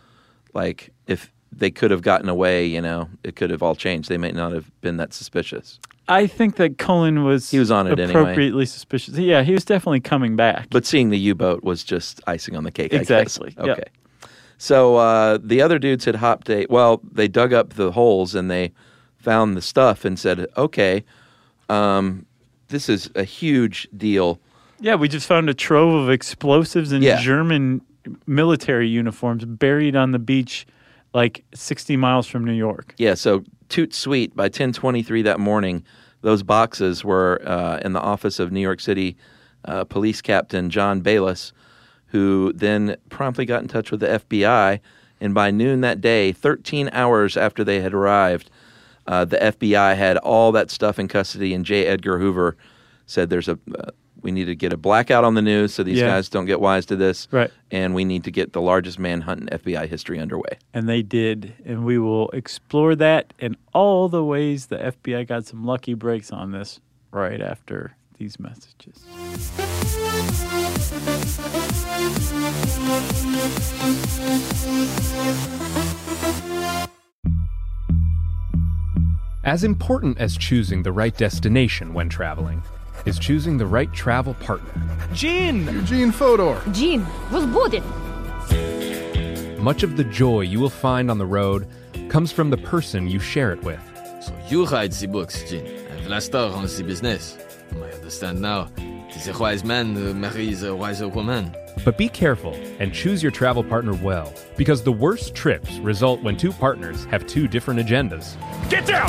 E: like if they could have gotten away. You know, it could have all changed. They may not have been that suspicious.
C: I think that Cullen was he was
E: on it anyway.
C: appropriately suspicious. Yeah, he was definitely coming back.
E: But seeing the U boat was just icing on the cake.
C: Exactly,
E: I
C: yeah.
E: guess. Okay. So uh, the other dudes had hopped a well, they dug up the holes and they found the stuff and said, "Okay, um, this is a huge deal."
C: Yeah, we just found a trove of explosives and
E: Yeah.
C: German military uniforms buried on the beach like 60 miles from New York.
E: Yeah, so toot sweet by 10:23 that morning, those boxes were uh, in the office of New York City uh, police captain John Bayless, who then promptly got in touch with the FBI. And by noon that day, 13 hours after they had arrived, uh, the FBI had all that stuff in custody. And J. Edgar Hoover said, "There's a uh, we need to get a blackout on the news so these
C: Yeah.
E: guys don't get wise to this,
C: Right.
E: and we need to get the largest manhunt in FBI history underway."
C: And they did. And we will explore that and all the ways the FBI got some lucky breaks on this right after these messages.
F: As important as choosing the right destination when traveling is choosing the right travel partner.
K: Gene! Eugene Fodor! Gene was booted!
F: Much of the joy you will find on the road comes from the person you share it with.
L: So you hide the books, Jin, and Vlastar runs the business. I understand now. It is a wise man who marries a wiser woman.
F: But be careful and choose your travel partner well, because the worst trips result when two partners have two different agendas.
K: Get down!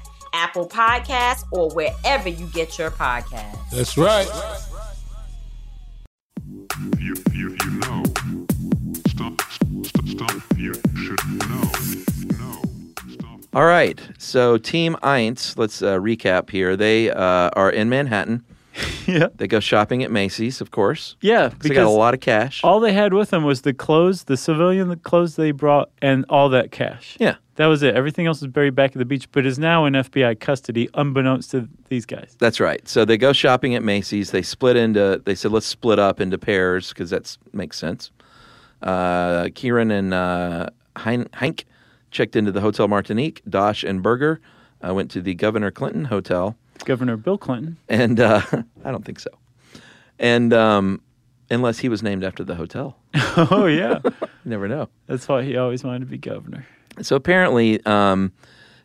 I: Apple Podcasts, or wherever you get your podcasts.
M: That's right.
N: You, you, you know. Stuff, stuff, stuff you should know.
E: All right. So Team Eintz, let's uh, recap here. They uh, are in Manhattan.
C: yeah.
E: They go shopping at Macy's, of course.
C: Yeah,
E: 'cause they got a
C: because-
E: lot of cash.
C: All they had with them was the clothes, the civilian clothes they brought, and all that cash.
E: Yeah.
C: That was it. Everything else was buried back at the beach, but is now in FBI custody, unbeknownst to these guys.
E: That's right. So they go shopping at Macy's. They split into. They said let's split up into pairs because that makes sense. Uh, Kieran and uh, Hein- Hank checked into the Hotel Martinique. Dosh and Berger uh, went to the Governor Clinton Hotel,
C: Governor Bill Clinton.
E: and uh, I don't think so. And um, unless he was named after the hotel,
C: oh, yeah.
E: never know.
C: That's why he always wanted to be governor.
E: So apparently, um,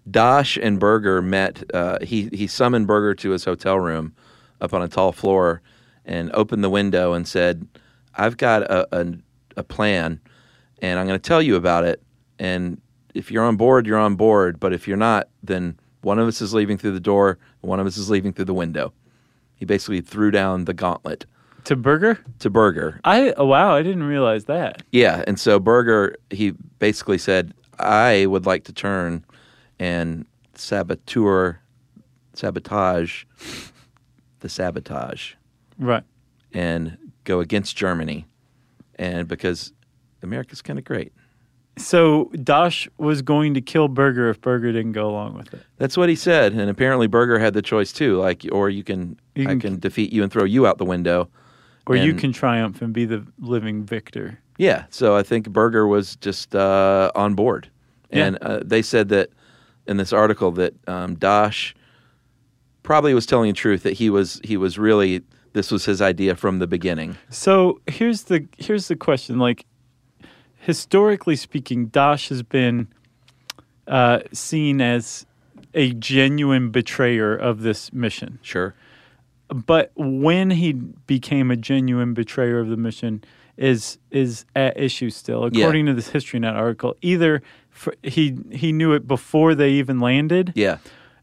E: Dosh and Berger met. Uh, he he summoned Berger to his hotel room, up on a tall floor, and opened the window and said, "I've got a a, a plan, and I'm going to tell you about it. And if you're on board, you're on board. But if you're not, then one of us is leaving through the door, and one of us is leaving through the window." He basically threw down the gauntlet
C: To Berger?
E: to Berger,
C: I, oh, wow, I didn't realize that.
E: yeah, and so Berger he basically said, "I would like to turn and saboteur, sabotage, the sabotage,
C: Right.
E: and go against Germany, and because America's kind of great."
C: So Dosh was going to kill Berger if Berger didn't go along with it.
E: That's what he said, and apparently Berger had the choice too. Like, or you can,
C: You
E: I
C: can-
E: can defeat you and throw you out the window,
C: Or you
E: And-
C: can triumph and be the living victor.
E: Yeah, so I think Berger was just uh, on board,
C: Yeah.
E: and uh, they said that in this article that um, Dash probably was telling the truth that he was he was really this was his idea from the beginning.
C: So here's the here's the question. Like historically speaking, Dash has been uh, seen as a genuine betrayer of this mission.
E: Sure.
C: But when he became a genuine betrayer of the mission is is at issue still,
E: Yeah.
C: according to this History Net article. Either fr he he knew it before they even landed,
E: Yeah,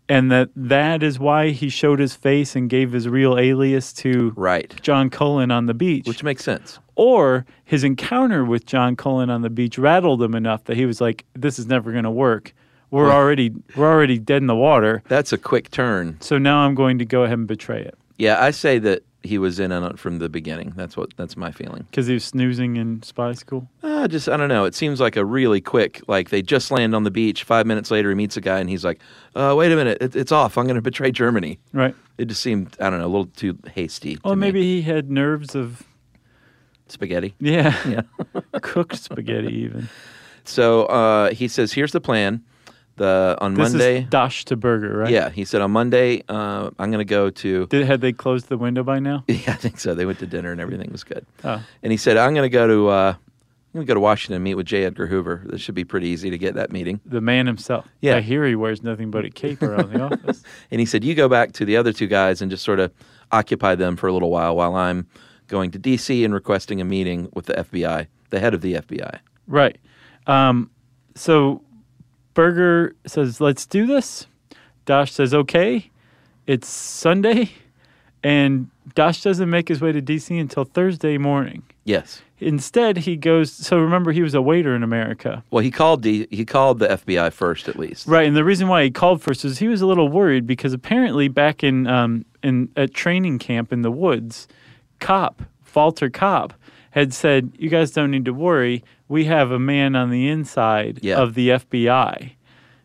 C: and that that is why he showed his face and gave his real alias to
E: right.
C: John Cullen on the beach,
E: which makes sense.
C: Or his encounter with John Cullen on the beach rattled him enough that he was like, "This is never going to work. We're
E: Well-
C: already we're already dead in the water."
E: That's a quick turn.
C: So now I'm going to go ahead and betray it
E: Yeah, I say that he was in on it from the beginning. That's what that's my feeling.
C: because he was snoozing in spy school.
E: Uh, just I don't know. It seems like a really quick. Like they just land on the beach. Five minutes later, he meets a guy, and he's like, uh, "Wait a minute, it, it's off. I'm going to betray Germany."
C: Right.
E: It just seemed I don't know a little too hasty.
C: Or
E: to me.
C: maybe he had nerves of
E: spaghetti.
C: yeah,
E: Yeah.
C: cooked spaghetti even.
E: So uh, he says, "Here's the plan. The on
C: This
E: Monday,
C: is Dash to Burger, right?
E: yeah." He said, "On Monday, uh, I'm going to go to."
C: Did, had they closed the window by now?
E: Yeah, I think so. They went to dinner and everything was good.
C: Oh.
E: And he said, "I'm going to go to uh, I'm going to go to Washington and meet with J. Edgar Hoover. This should be pretty easy to get that meeting."
C: The man himself.
E: Yeah.
C: I hear he wears nothing but a cape around the office.
E: And he said, "You go back to the other two guys and just sort of occupy them for a little while while I'm going to D.C. and requesting a meeting with the FBI, the head of the FBI."
C: Right. Um, so Berger says, let's do this. Dash says, okay. It's Sunday. And Dash doesn't make his way to DC until Thursday morning.
E: Yes.
C: Instead, he goes. So remember, he was a waiter in America.
E: Well, he called D- he called the FBI first, at least.
C: Right, and the reason why he called first is he was a little worried because apparently back in um, in at training camp in the woods, cop Falter Cop had said, "You guys don't need to worry. We have a man on the inside
E: Yeah.
C: of the FBI."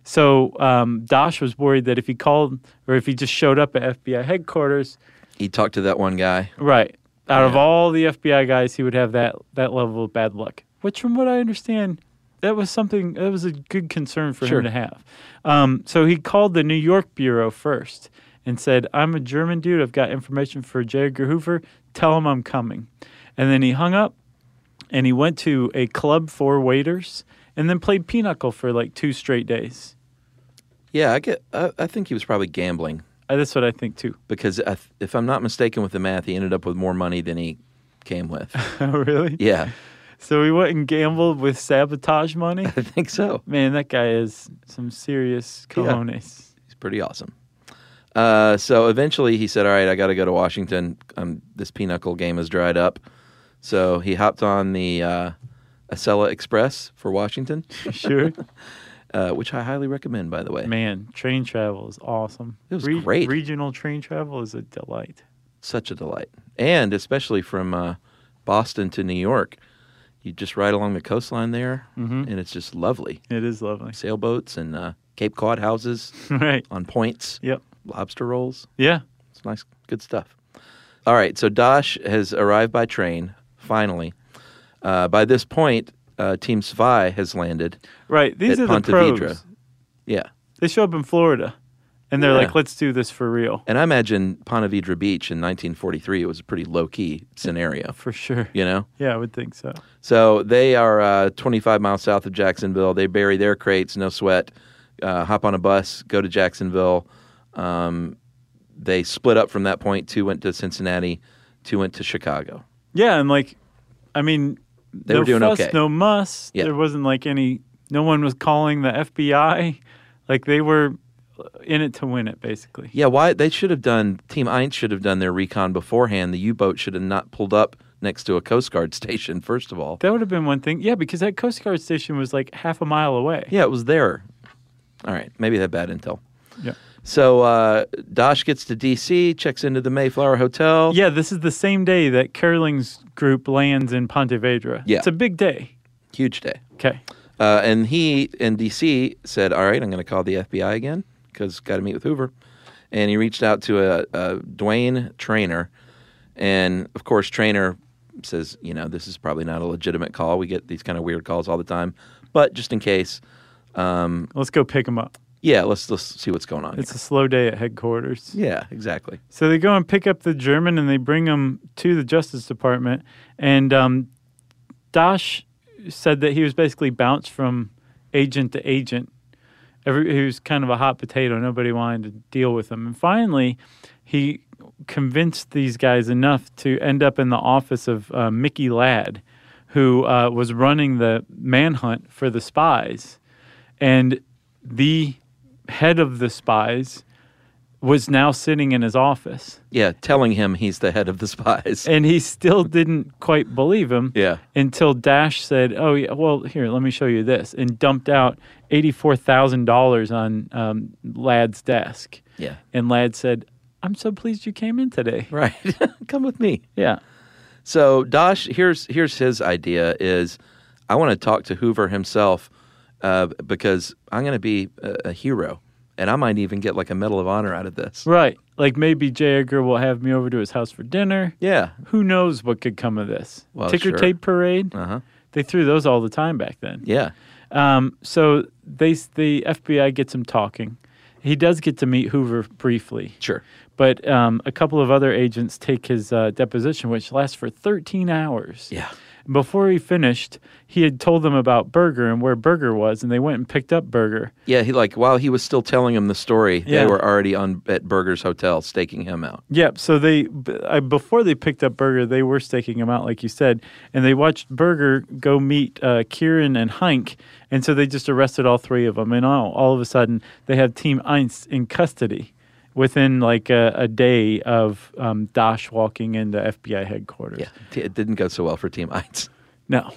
C: So um, Dosh was worried that if he called or if he just showed up at FBI headquarters,
E: He talked to that one guy.
C: right, Out of all the FBI guys, he would have that that level of bad luck. Which, from what I understand, that was something that was a good concern for
O: Sure.
C: him to have. Um, so he called the New York bureau first and said, "I'm a German dude. I've got information for J. Edgar Hoover. Tell him I'm coming." And then he hung up and he went to a club for waiters and then played pinochle for like two straight days.
E: Yeah, I get. I, I think he was probably gambling.
C: Uh, that's what I think too.
E: Because I, th- if I'm not mistaken with the math, he ended up with more money than he came with.
C: oh, really?
E: yeah,
C: So he went and gambled with sabotage money? I
E: think so.
C: Man, that guy is some serious cojones.
E: he's pretty awesome. Uh, so eventually, he said, "All right, I got to go to Washington. Um, this pinochle game has dried up." So he hopped on the uh, Acela Express for Washington.
C: Sure.
E: uh, which I highly recommend, by the way.
C: Man, train travel is awesome. It
E: was great.
C: Regional train travel is a delight.
E: Such a delight. And especially from uh, Boston to New York, you just ride along the coastline there,
C: Mhm.
E: and it's just lovely.
C: It is lovely.
E: Sailboats and uh, Cape Cod houses
C: right.
E: on points.
C: Yep.
E: Lobster rolls.
C: Yeah.
E: It's nice, good stuff. All right, so Dash has arrived by train, finally. Uh, by this point, uh, Team Svi has landed.
C: Right, these
E: at
C: are the
E: Pontevedra.
C: pros.
E: Yeah.
C: They show up in Florida and they're
E: Yeah.
C: like, let's do this for real.
E: And I imagine Pontevedra Beach in 1943 was a pretty low key scenario.
C: For sure.
E: You know?
C: Yeah, I would think so.
E: So they are uh, 25 miles south of Jacksonville. They bury their crates, no sweat, uh, hop on a bus, go to Jacksonville. Um, they split up from that point. Two went to Cincinnati, two went to Chicago.
C: Yeah, and like, I mean,
E: They
C: no
E: were doing
C: fuss,
E: okay.
C: No muss.
E: Yeah.
C: There wasn't like any. No one was calling the FBI. Like they were in it to win it, basically.
E: Yeah, why they should have done Team Eint should have done their recon beforehand. The U boat should have not pulled up next to a Coast Guard station, first of all.
C: That would have been one thing. Yeah, because that Coast Guard station was like half a mile away.
E: Yeah, it was there. All right, maybe they had bad intel.
C: Yeah.
E: So uh, Dosh gets to DC, checks into the Mayflower Hotel.
C: Yeah, this is the same day that Curling's group lands in Pontevedra.
E: Yeah.
C: It's a big day.
E: Huge day.
C: Okay.
E: Uh, and he in DC said, "All right, I'm going to call the FBI again because got to meet with Hoover." And he reached out to a, a Dwayne Trainer, and of course Trainer says, "You know, this is probably not a legitimate call. We get these kind of weird calls all the time, but just in case, um,
C: Let's go pick him up.
E: yeah, let's let's see what's going on."
C: It's a slow day at headquarters.
E: Yeah, exactly.
C: So they go and pick up the German and they bring him to the Justice Department. And um, Dash said that he was basically bounced from agent to agent. Every, he was kind of a hot potato. Nobody wanted to deal with him. And finally, he convinced these guys enough to end up in the office of uh, Mickey Ladd, who uh, was running the manhunt for the spies. And the head of the spies was now sitting in his office.
E: Yeah, telling him he's the head of the spies.
C: And he still didn't quite believe him.
E: Yeah.
C: Until Dash said, "Oh yeah, well here, let me show you this," and dumped out eighty-four thousand dollars on um, Lad's desk.
E: Yeah.
C: And Ladd said, "I'm so pleased you came in today."
E: Right. Come with me.
C: Yeah.
E: So Dosh, here's here's his idea: is I want to talk to Hoover himself uh, because I'm going to be a, a hero, and I might even get like a Medal of Honor out of this.
C: Right. Like maybe J. Edgar will have me over to his house for dinner.
E: Yeah.
C: Who knows what could come of this?
E: Well,
C: Ticker
E: sure.
C: tape parade.
E: Uh huh.
C: They threw those all the time back then.
E: Yeah.
C: Um, so they the FBI gets him talking. He does get to meet Hoover briefly.
E: Sure.
C: But um, a couple of other agents take his uh, deposition, which lasts for 13 hours.
E: Yeah.
C: Before he finished, he had told them about Berger and where Berger was, and they went and picked up Berger.
E: Yeah. He like while he was still telling him the story,
C: Yeah.
E: they were already on at Berger's hotel staking him out.
C: Yep. So they b- uh, before they picked up Berger, they were staking him out, like you said, and they watched Berger go meet uh, Kieran and Heink, and so they just arrested all three of them. And all, all of a sudden, they have Team Einst in custody within like a, a day of um, Dash walking into FBI headquarters.
E: Yeah. T- It didn't go so well for Team Eins.
C: No.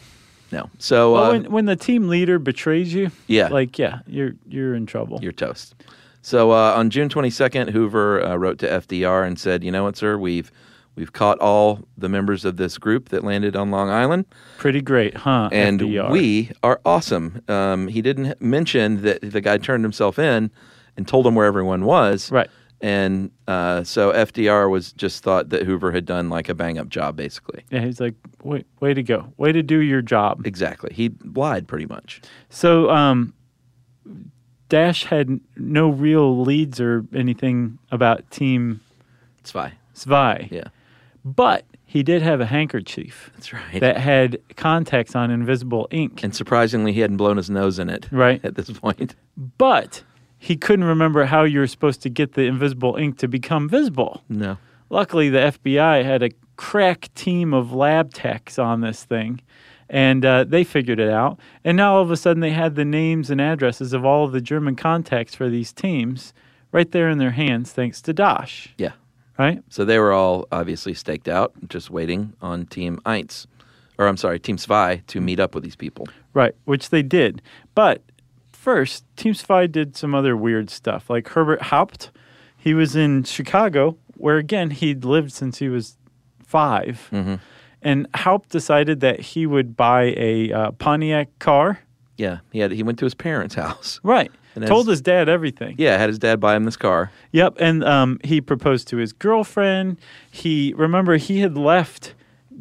E: No. So
C: well,
E: uh,
C: when, when the team leader betrays you,
E: Yeah.
C: like yeah, you're you're in trouble.
E: You're toast. So uh, on June 22nd, Hoover uh, wrote to FDR and said, "You know what, sir? We've we've caught all the members of this group that landed on Long Island,
C: Pretty great, huh?
E: and
C: FDR?
E: we are awesome." Um, he didn't mention that the guy turned himself in and told him where everyone was.
C: Right.
E: And uh, so FDR was just thought that Hoover had done like a bang up job, basically.
C: Yeah, he's like, wait, way to go, way to do your job.
E: Exactly. He lied pretty much.
C: So um, Dash had n- no real leads or anything about Team
E: Spy.
C: Spy.
E: Yeah.
C: But he did have a handkerchief.
E: That's right.
C: That had contacts on invisible ink.
E: And surprisingly, he hadn't blown his nose in it.
C: Right.
E: At this point.
C: But he couldn't remember how you were supposed to get the invisible ink to become visible.
E: No.
C: Luckily, the FBI had a crack team of lab techs on this thing, and uh, they figured it out. And now all of a sudden, they had the names and addresses of all of the German contacts for these teams right there in their hands, thanks to Dash.
E: Yeah.
C: Right?
E: So they were all obviously staked out, just waiting on Team Eins, or I'm sorry, Team Spy to meet up with these people.
C: Right, which they did. But first, Team Spy did some other weird stuff. Like Herbert Haupt, he was in Chicago, where again, he'd lived since he was 5 And Haupt decided that he would buy a uh, Pontiac car.
E: Yeah. He had he went to his parents' house.
C: Right.
E: And
C: Told his dad everything.
E: Yeah, had his dad buy him this car.
C: Yep, and um, he proposed to his girlfriend. He remember he had left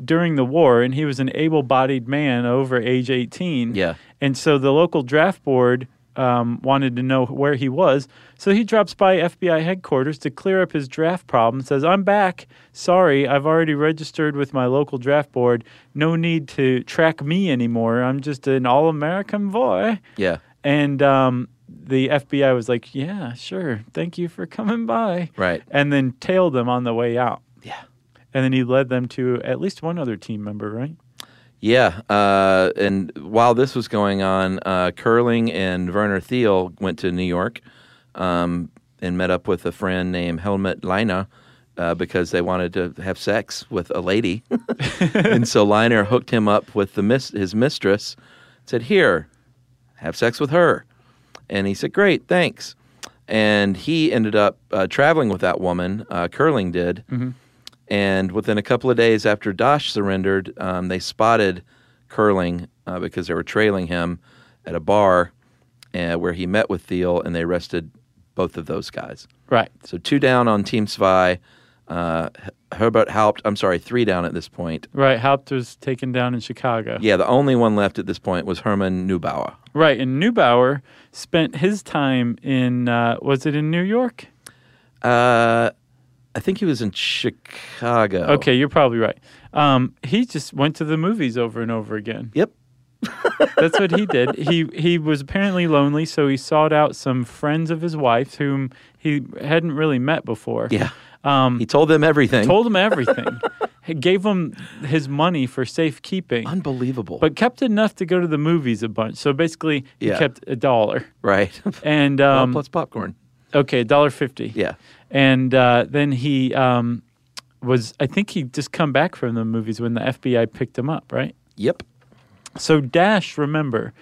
C: during the war, and he was an able-bodied man over age eighteen.
E: Yeah.
C: and so the local draft board um, wanted to know where he was. So he drops by FBI headquarters to clear up his draft problem. Says, "I'm back. Sorry, I've already registered with my local draft board. No need to track me anymore. I'm just an all-American boy."
E: Yeah.
C: And um, the FBI was like, yeah, sure. Thank you for coming by.
E: Right.
C: And then tailed them on the way out.
E: Yeah.
C: And then he led them to at least one other team member, right?
E: Yeah, uh, and while this was going on, uh, Curling and Werner Thiel went to New York um, and met up with a friend named Helmut Leiner uh, because they wanted to have sex with a lady. and so Leiner hooked him up with the mis- his mistress, said, Here, have sex with her. And he said, Great, thanks. And he ended up uh, traveling with that woman, uh, Curling did.
C: Mhm.
E: And within a couple of days after Dash surrendered, um, they spotted Curling uh, because they were trailing him at a bar uh, where he met with Thiel, and they arrested both of those guys.
C: Right.
E: So two down on Team Spy. Uh, H- Herbert Haupt, I'm sorry, three down at this point.
C: Right. Haupt was taken down in Chicago.
E: Yeah, the only one left at this point was Herman Neubauer.
C: Right. And Neubauer spent his time in, uh, was it in New York?
E: Uh, I think he was in Chicago.
C: Okay, you're probably right. Um, he just went to the movies over and over again.
E: Yep.
C: That's what he did. He he was apparently lonely, so he sought out some friends of his wife whom he hadn't really met before.
E: Yeah.
C: Um,
E: he told them everything.
C: Told them everything. he gave them his money for safekeeping.
E: Unbelievable.
C: But kept enough to go to the movies a bunch. So basically, he
E: Yeah.
C: kept a dollar.
E: Right.
C: And
E: Well,
C: um,
E: plus popcorn.
C: Okay, dollar fifty.
E: Yeah.
C: and uh, then he um, was. I think he just come back from the movies when the FBI picked him up, right?
E: Yep.
C: So Dash, remember,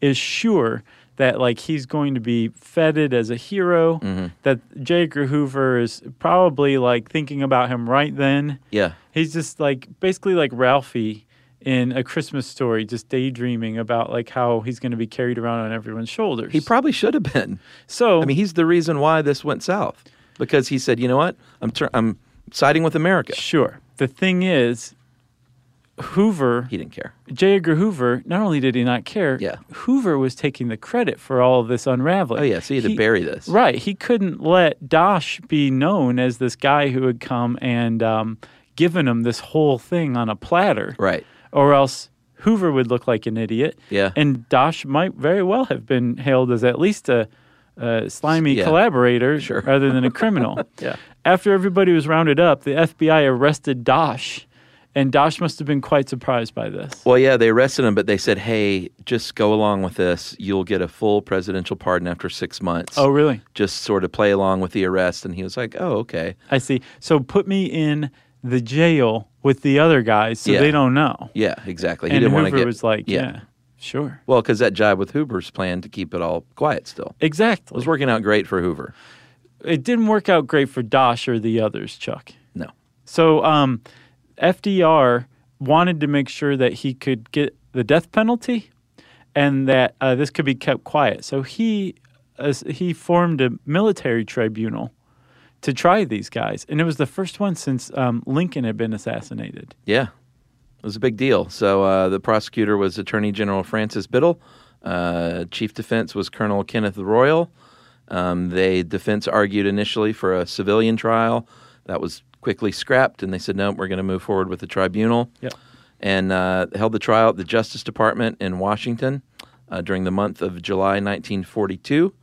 C: is sure that like he's going to be feted as a hero.
E: Mm-hmm.
C: That J. Edgar Hoover is probably like thinking about him right then.
E: Yeah.
C: He's just like basically like Ralphie in A Christmas Story, just daydreaming about like how he's going to be carried around on everyone's shoulders.
E: He probably should have been.
C: So
E: I mean, he's the reason why this went south because he said, "You know what? I'm tur- I'm siding with America."
C: Sure. The thing is, Hoover.
E: He didn't care.
C: J. Edgar Hoover, not only did he not care, yeah. Hoover was taking the credit for all of this unraveling.
E: Oh yeah, so he had to bury this.
C: Right. He couldn't let Dash be known as this guy who had come and um, given him this whole thing on a platter.
E: Right.
C: Or else Hoover would look like an idiot.
E: Yeah.
C: And Dash might very well have been hailed as at least a, a slimy
E: Yeah.
C: collaborator rather than a criminal.
E: Yeah.
C: After everybody was rounded up, the FBI arrested Dash, and Dash must have been quite surprised by this.
E: Well, yeah, they arrested him, but they said, "Hey, just go along with this. You'll get a full presidential pardon after six months."
C: Oh, really?
E: Just sort of play along with the arrest, and he was like, "Oh, okay."
C: I see. So put me in the jail with the other guys so
E: Yeah.
C: they don't know.
E: Yeah, exactly. He
C: and
E: didn't want to
C: Hoover
E: get.
C: was like, yeah, sure.
E: Well, because that jive with Hoover's plan to keep it all quiet still.
C: Exactly.
E: It was working out great for Hoover.
C: It didn't work out great for Dash or the others, Chuck.
E: No.
C: So um, FDR wanted to make sure that he could get the death penalty and that uh, this could be kept quiet. So he, uh, he formed a military tribunal to try these guys, and it was the first one since um, Lincoln had been assassinated.
E: Yeah, it was a big deal. So uh, the prosecutor was Attorney General Francis Biddle. Uh, Chief defense was Colonel Kenneth Royal. Um, they defense argued initially for a civilian trial. That was quickly scrapped, and they said, no, we're going to move forward with the tribunal.
C: Yep.
E: And uh, held the trial at the Justice Department in Washington uh, during the month of July 1942,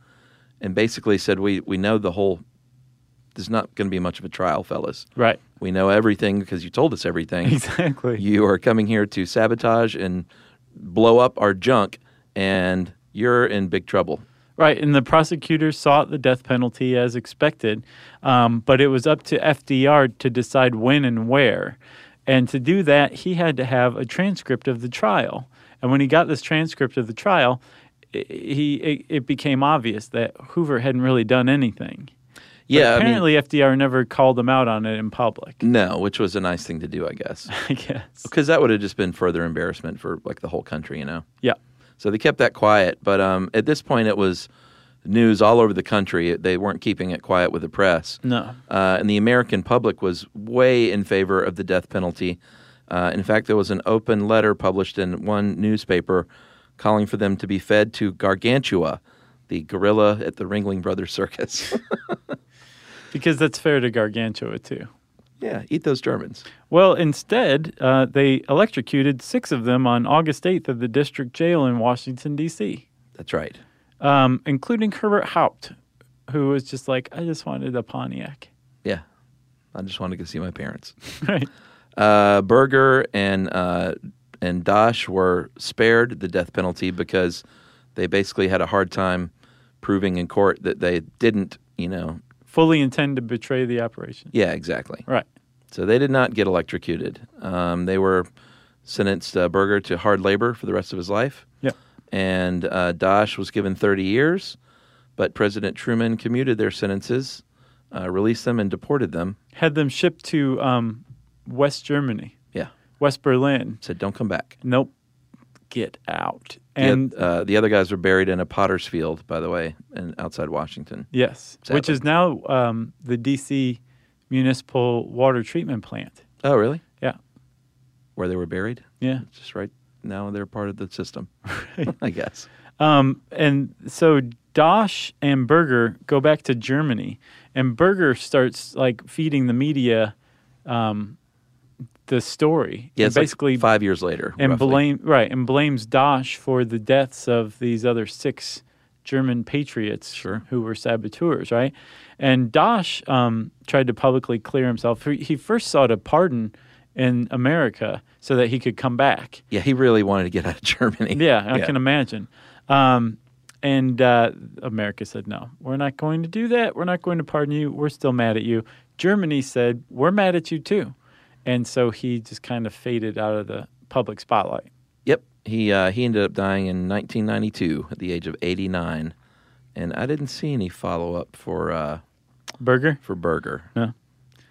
E: and basically said, we, we know the whole, there's not going to be much of a trial, fellas.
C: Right.
E: We know everything because you told us everything.
C: Exactly.
E: You are coming here to sabotage and blow up our junk, and you're in big trouble.
C: Right, and the prosecutor sought the death penalty as expected, um, but it was up to FDR to decide when and where. And to do that, he had to have a transcript of the trial. And when he got this transcript of the trial, i- he it, it became obvious that Hoover hadn't really done anything. But
E: Yeah, I mean-
C: apparently FDR never called him out on it in public.
E: No, which was a nice thing to do, I guess.
C: I guess.
E: Because that would have just been further embarrassment for like the whole country, you know?
C: Yeah.
E: So they kept that quiet. But um, at this point, it was news all over the country. They weren't keeping it quiet with the press.
C: No.
E: Uh, and the American public was way in favor of the death penalty. Uh, in fact, there was an open letter published in one newspaper calling for them to be fed to Gargantua, the gorilla at the Ringling Brothers Circus.
C: Because that's fair to Gargantua, too.
E: yeah, eat those Germans.
C: Well, instead, uh, they electrocuted six of them on August 8th at the district jail in Washington, D.C.,
E: That's right.
C: um, including Herbert Haupt, who was just like, I just wanted a Pontiac.
E: Yeah. I just wanted to go see my parents.
C: Right.
E: Uh, Berger and uh, and Dash were spared the death penalty because they basically had a hard time proving in court that they didn't, you know.
C: Fully intend to betray the operation.
E: Yeah, exactly.
C: Right.
E: So they did not get electrocuted. Um, they were sentenced uh, Berger to hard labor for the rest of his life.
C: Yep.
E: And uh, Dash was given 30 years, but President Truman commuted their sentences, uh, released them, and deported them.
C: Had them shipped to um, West Germany,
E: Yeah.
C: West Berlin.
E: Said, don't come back.
C: Nope. Get out.
E: The
C: And
E: oth- uh, the other guys were buried in a potter's field, by the way, and outside Washington.
C: yes, which
E: Sadly.
C: is now um, the D.C. Municipal Water Treatment Plant.
E: oh really?
C: Yeah.
E: Where they were buried?
C: Yeah.
E: just right now they're part of the system, I guess.
C: Um, and so Dosh and Berger go back to Germany, and Berger starts like feeding the media um, the story.
E: Yeah,
C: and
E: it's like
C: basically
E: five years later,
C: and
E: roughly.
C: blame right and blames Dosh for the deaths of these other six German patriots who were saboteurs, right? And Dosh um, tried to publicly clear himself. He, he first sought a pardon in America so that he could come back.
E: Yeah, he really wanted to get out of Germany.
C: Yeah, I can imagine. Um, and uh, America said, no, we're not going to do that. We're not going to pardon you. We're still mad at you. Germany said, we're mad at you too. And so he just kind of faded out of the public spotlight.
E: Yep. He uh, he ended up dying in 1992 at the age of 89, and I didn't see any follow up for uh,
C: Burger?
E: for Berger.
C: No.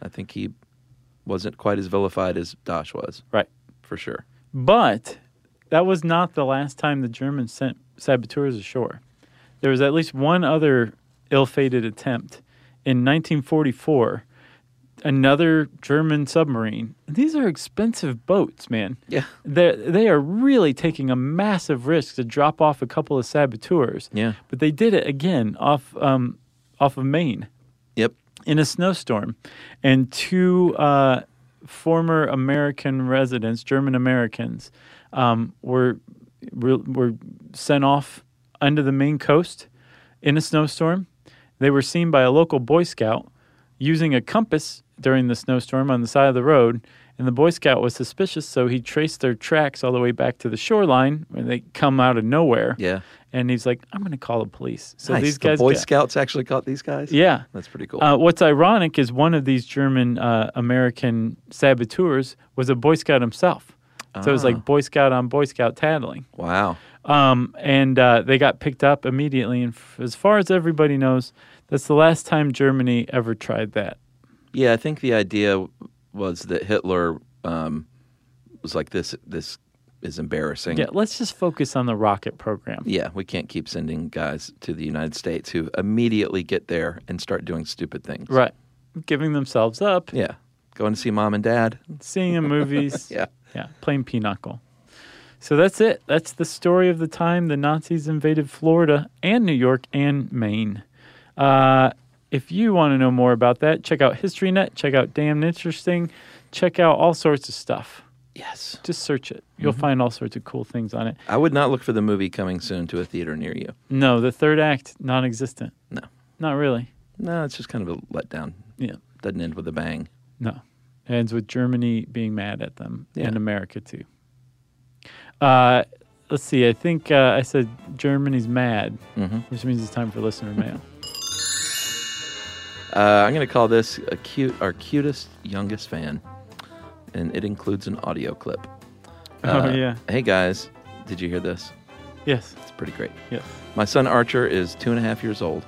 E: I think he wasn't quite as vilified as Dosh was.
C: Right.
E: For sure.
C: But that was not the last time the Germans sent saboteurs ashore. There was at least one other ill fated attempt in 1944. Another German submarine. These are expensive boats, man.
E: Yeah.
C: They're, they are really taking a massive risk to drop off a couple of saboteurs.
E: Yeah.
C: But they did it again off, um, off of Maine.
E: Yep.
C: In a snowstorm. And two uh, former American residents, German Americans, um, were, re- were sent off under the Maine coast in a snowstorm. They were seen by a local Boy Scout using a compass during the snowstorm on the side of the road. And the Boy Scout was suspicious, so he traced their tracks all the way back to the shoreline where they come out of nowhere.
E: Yeah.
C: And he's like, I'm going to call the police. So
E: Nice.
C: these
E: The
C: guys
E: Boy
C: got-
E: Scouts actually caught these guys.
C: Yeah.
E: That's pretty cool.
C: Uh, what's ironic is one of these German uh, American saboteurs was a Boy Scout himself. So it was
E: Ah.
C: like Boy Scout on Boy Scout tattling.
E: wow.
C: Um, and uh, they got picked up immediately. And f- as far as everybody knows, that's the last time Germany ever tried that.
E: Yeah, I think the idea was that Hitler um, was like this. This is embarrassing.
C: Yeah, let's just focus on the rocket program.
E: Yeah, we can't keep sending guys to the United States who immediately get there and start doing stupid things.
C: Right. giving themselves up.
E: Yeah. Going to see mom and dad.
C: Seeing in movies.
E: Yeah.
C: Yeah. Playing pinochle. So that's it. That's the story of the time the Nazis invaded Florida and New York and Maine. Uh, if you want to know more about that, check out History Net, check out Damn Interesting, check out all sorts of stuff.
E: Yes.
C: Just search it. You'll
E: Mhm.
C: find all sorts of cool things on it.
E: I would not look for the movie coming soon to a theater near you.
C: No, the third act, non existent.
E: No.
C: Not really.
E: No, it's just kind of a letdown.
C: Yeah.
E: Doesn't end with a bang.
C: No. It ends with Germany being mad at them
E: Yeah.
C: and America too. Uh, let's see. I think uh, I said Germany's mad,
E: Mhm.
C: which means it's time for listener mail.
E: Uh, I'm going to call this a cute, our cutest, youngest fan. And it includes an audio clip.
C: Oh, yeah.
E: Uh, Hey, guys. Did you hear this?
C: Yes.
E: It's pretty great.
C: Yes.
E: My son Archer is two and a half years old.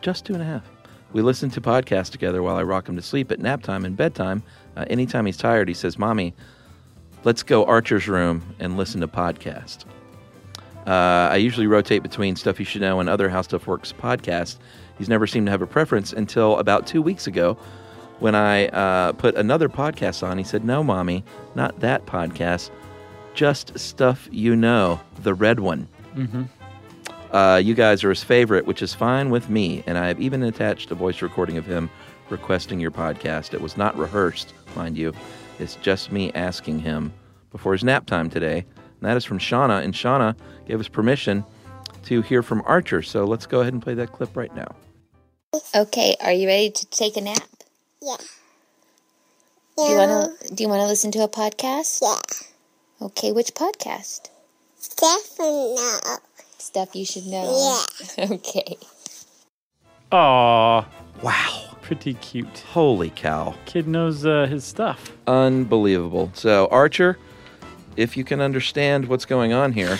E: Just two and a half. We listen to podcasts together while I rock him to sleep at nap time and bedtime. Uh, anytime he's tired, he says, Mommy, let's go Archer's room and listen to podcast. Uh, I usually rotate between Stuff You Should Know and other How Stuff Works podcasts. He's never seemed to have a preference until about two weeks ago when I uh, put another podcast on. He said, No, Mommy, not that podcast. Just Stuff You Know, the red one.
C: Mm-hmm.
E: Uh, you guys are his favorite, which is fine with me, and I have even attached a voice recording of him requesting your podcast. It was not rehearsed, mind you. It's just me asking him before his nap time today. And that is from Shauna, and Shauna gave us permission to hear from Archer. So let's go ahead and play that clip right now.
M: Okay, are you ready to take a nap?
P: Yeah.
M: Do you want to do you want to listen to a podcast? Yeah. Okay, which podcast?
P: Definitely.
M: Stuff you should know. Yeah. Okay.
C: Aw.
E: Wow.
C: Pretty cute.
E: Holy cow.
C: Kid knows uh, his stuff.
E: Unbelievable. So, Archer, if you can understand what's going on here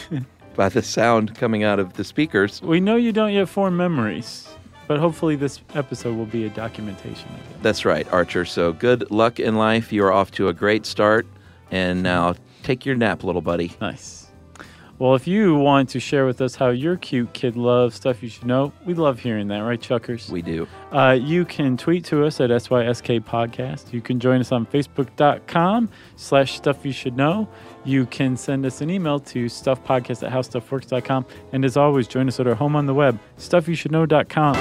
E: by the sound coming out of the speakers,
C: We know you don't yet form memories, but hopefully this episode will be a documentation of it.
E: That's right, Archer. So good luck in life. You are off to a great start. And now take your nap, little buddy.
C: Nice. Well, if you want to share with us how your cute kid loves stuff you should know, we love hearing that, right, Chuckers?
E: We do.
C: Uh, you can tweet to us at SYSK Podcast. You can join us on Facebook.com slash Stuff You Should Know. You can send us an email to stuffpodcast at howstuffworks.com. And as always, join us at our home on the web, stuffyoushouldknow.com.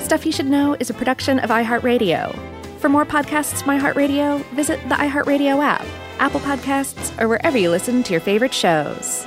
D: Stuff You Should Know is a production of iHeartRadio. For more podcasts from iHeartRadio, visit the iHeartRadio app, Apple Podcasts, or wherever you listen to your favorite shows.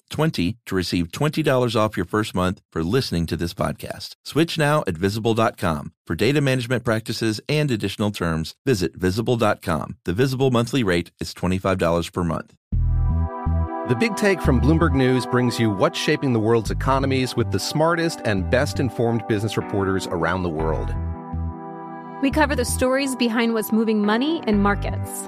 E: to receive $20 off your first month for listening to this podcast. Switch now at visible.com. For data management practices and additional terms, visit visible.com. The visible monthly rate is $25 per month.
Q: The Big Take from Bloomberg News brings you what's shaping the world's economies with the smartest and best informed business reporters around the world.
R: We cover the stories behind what's moving money and markets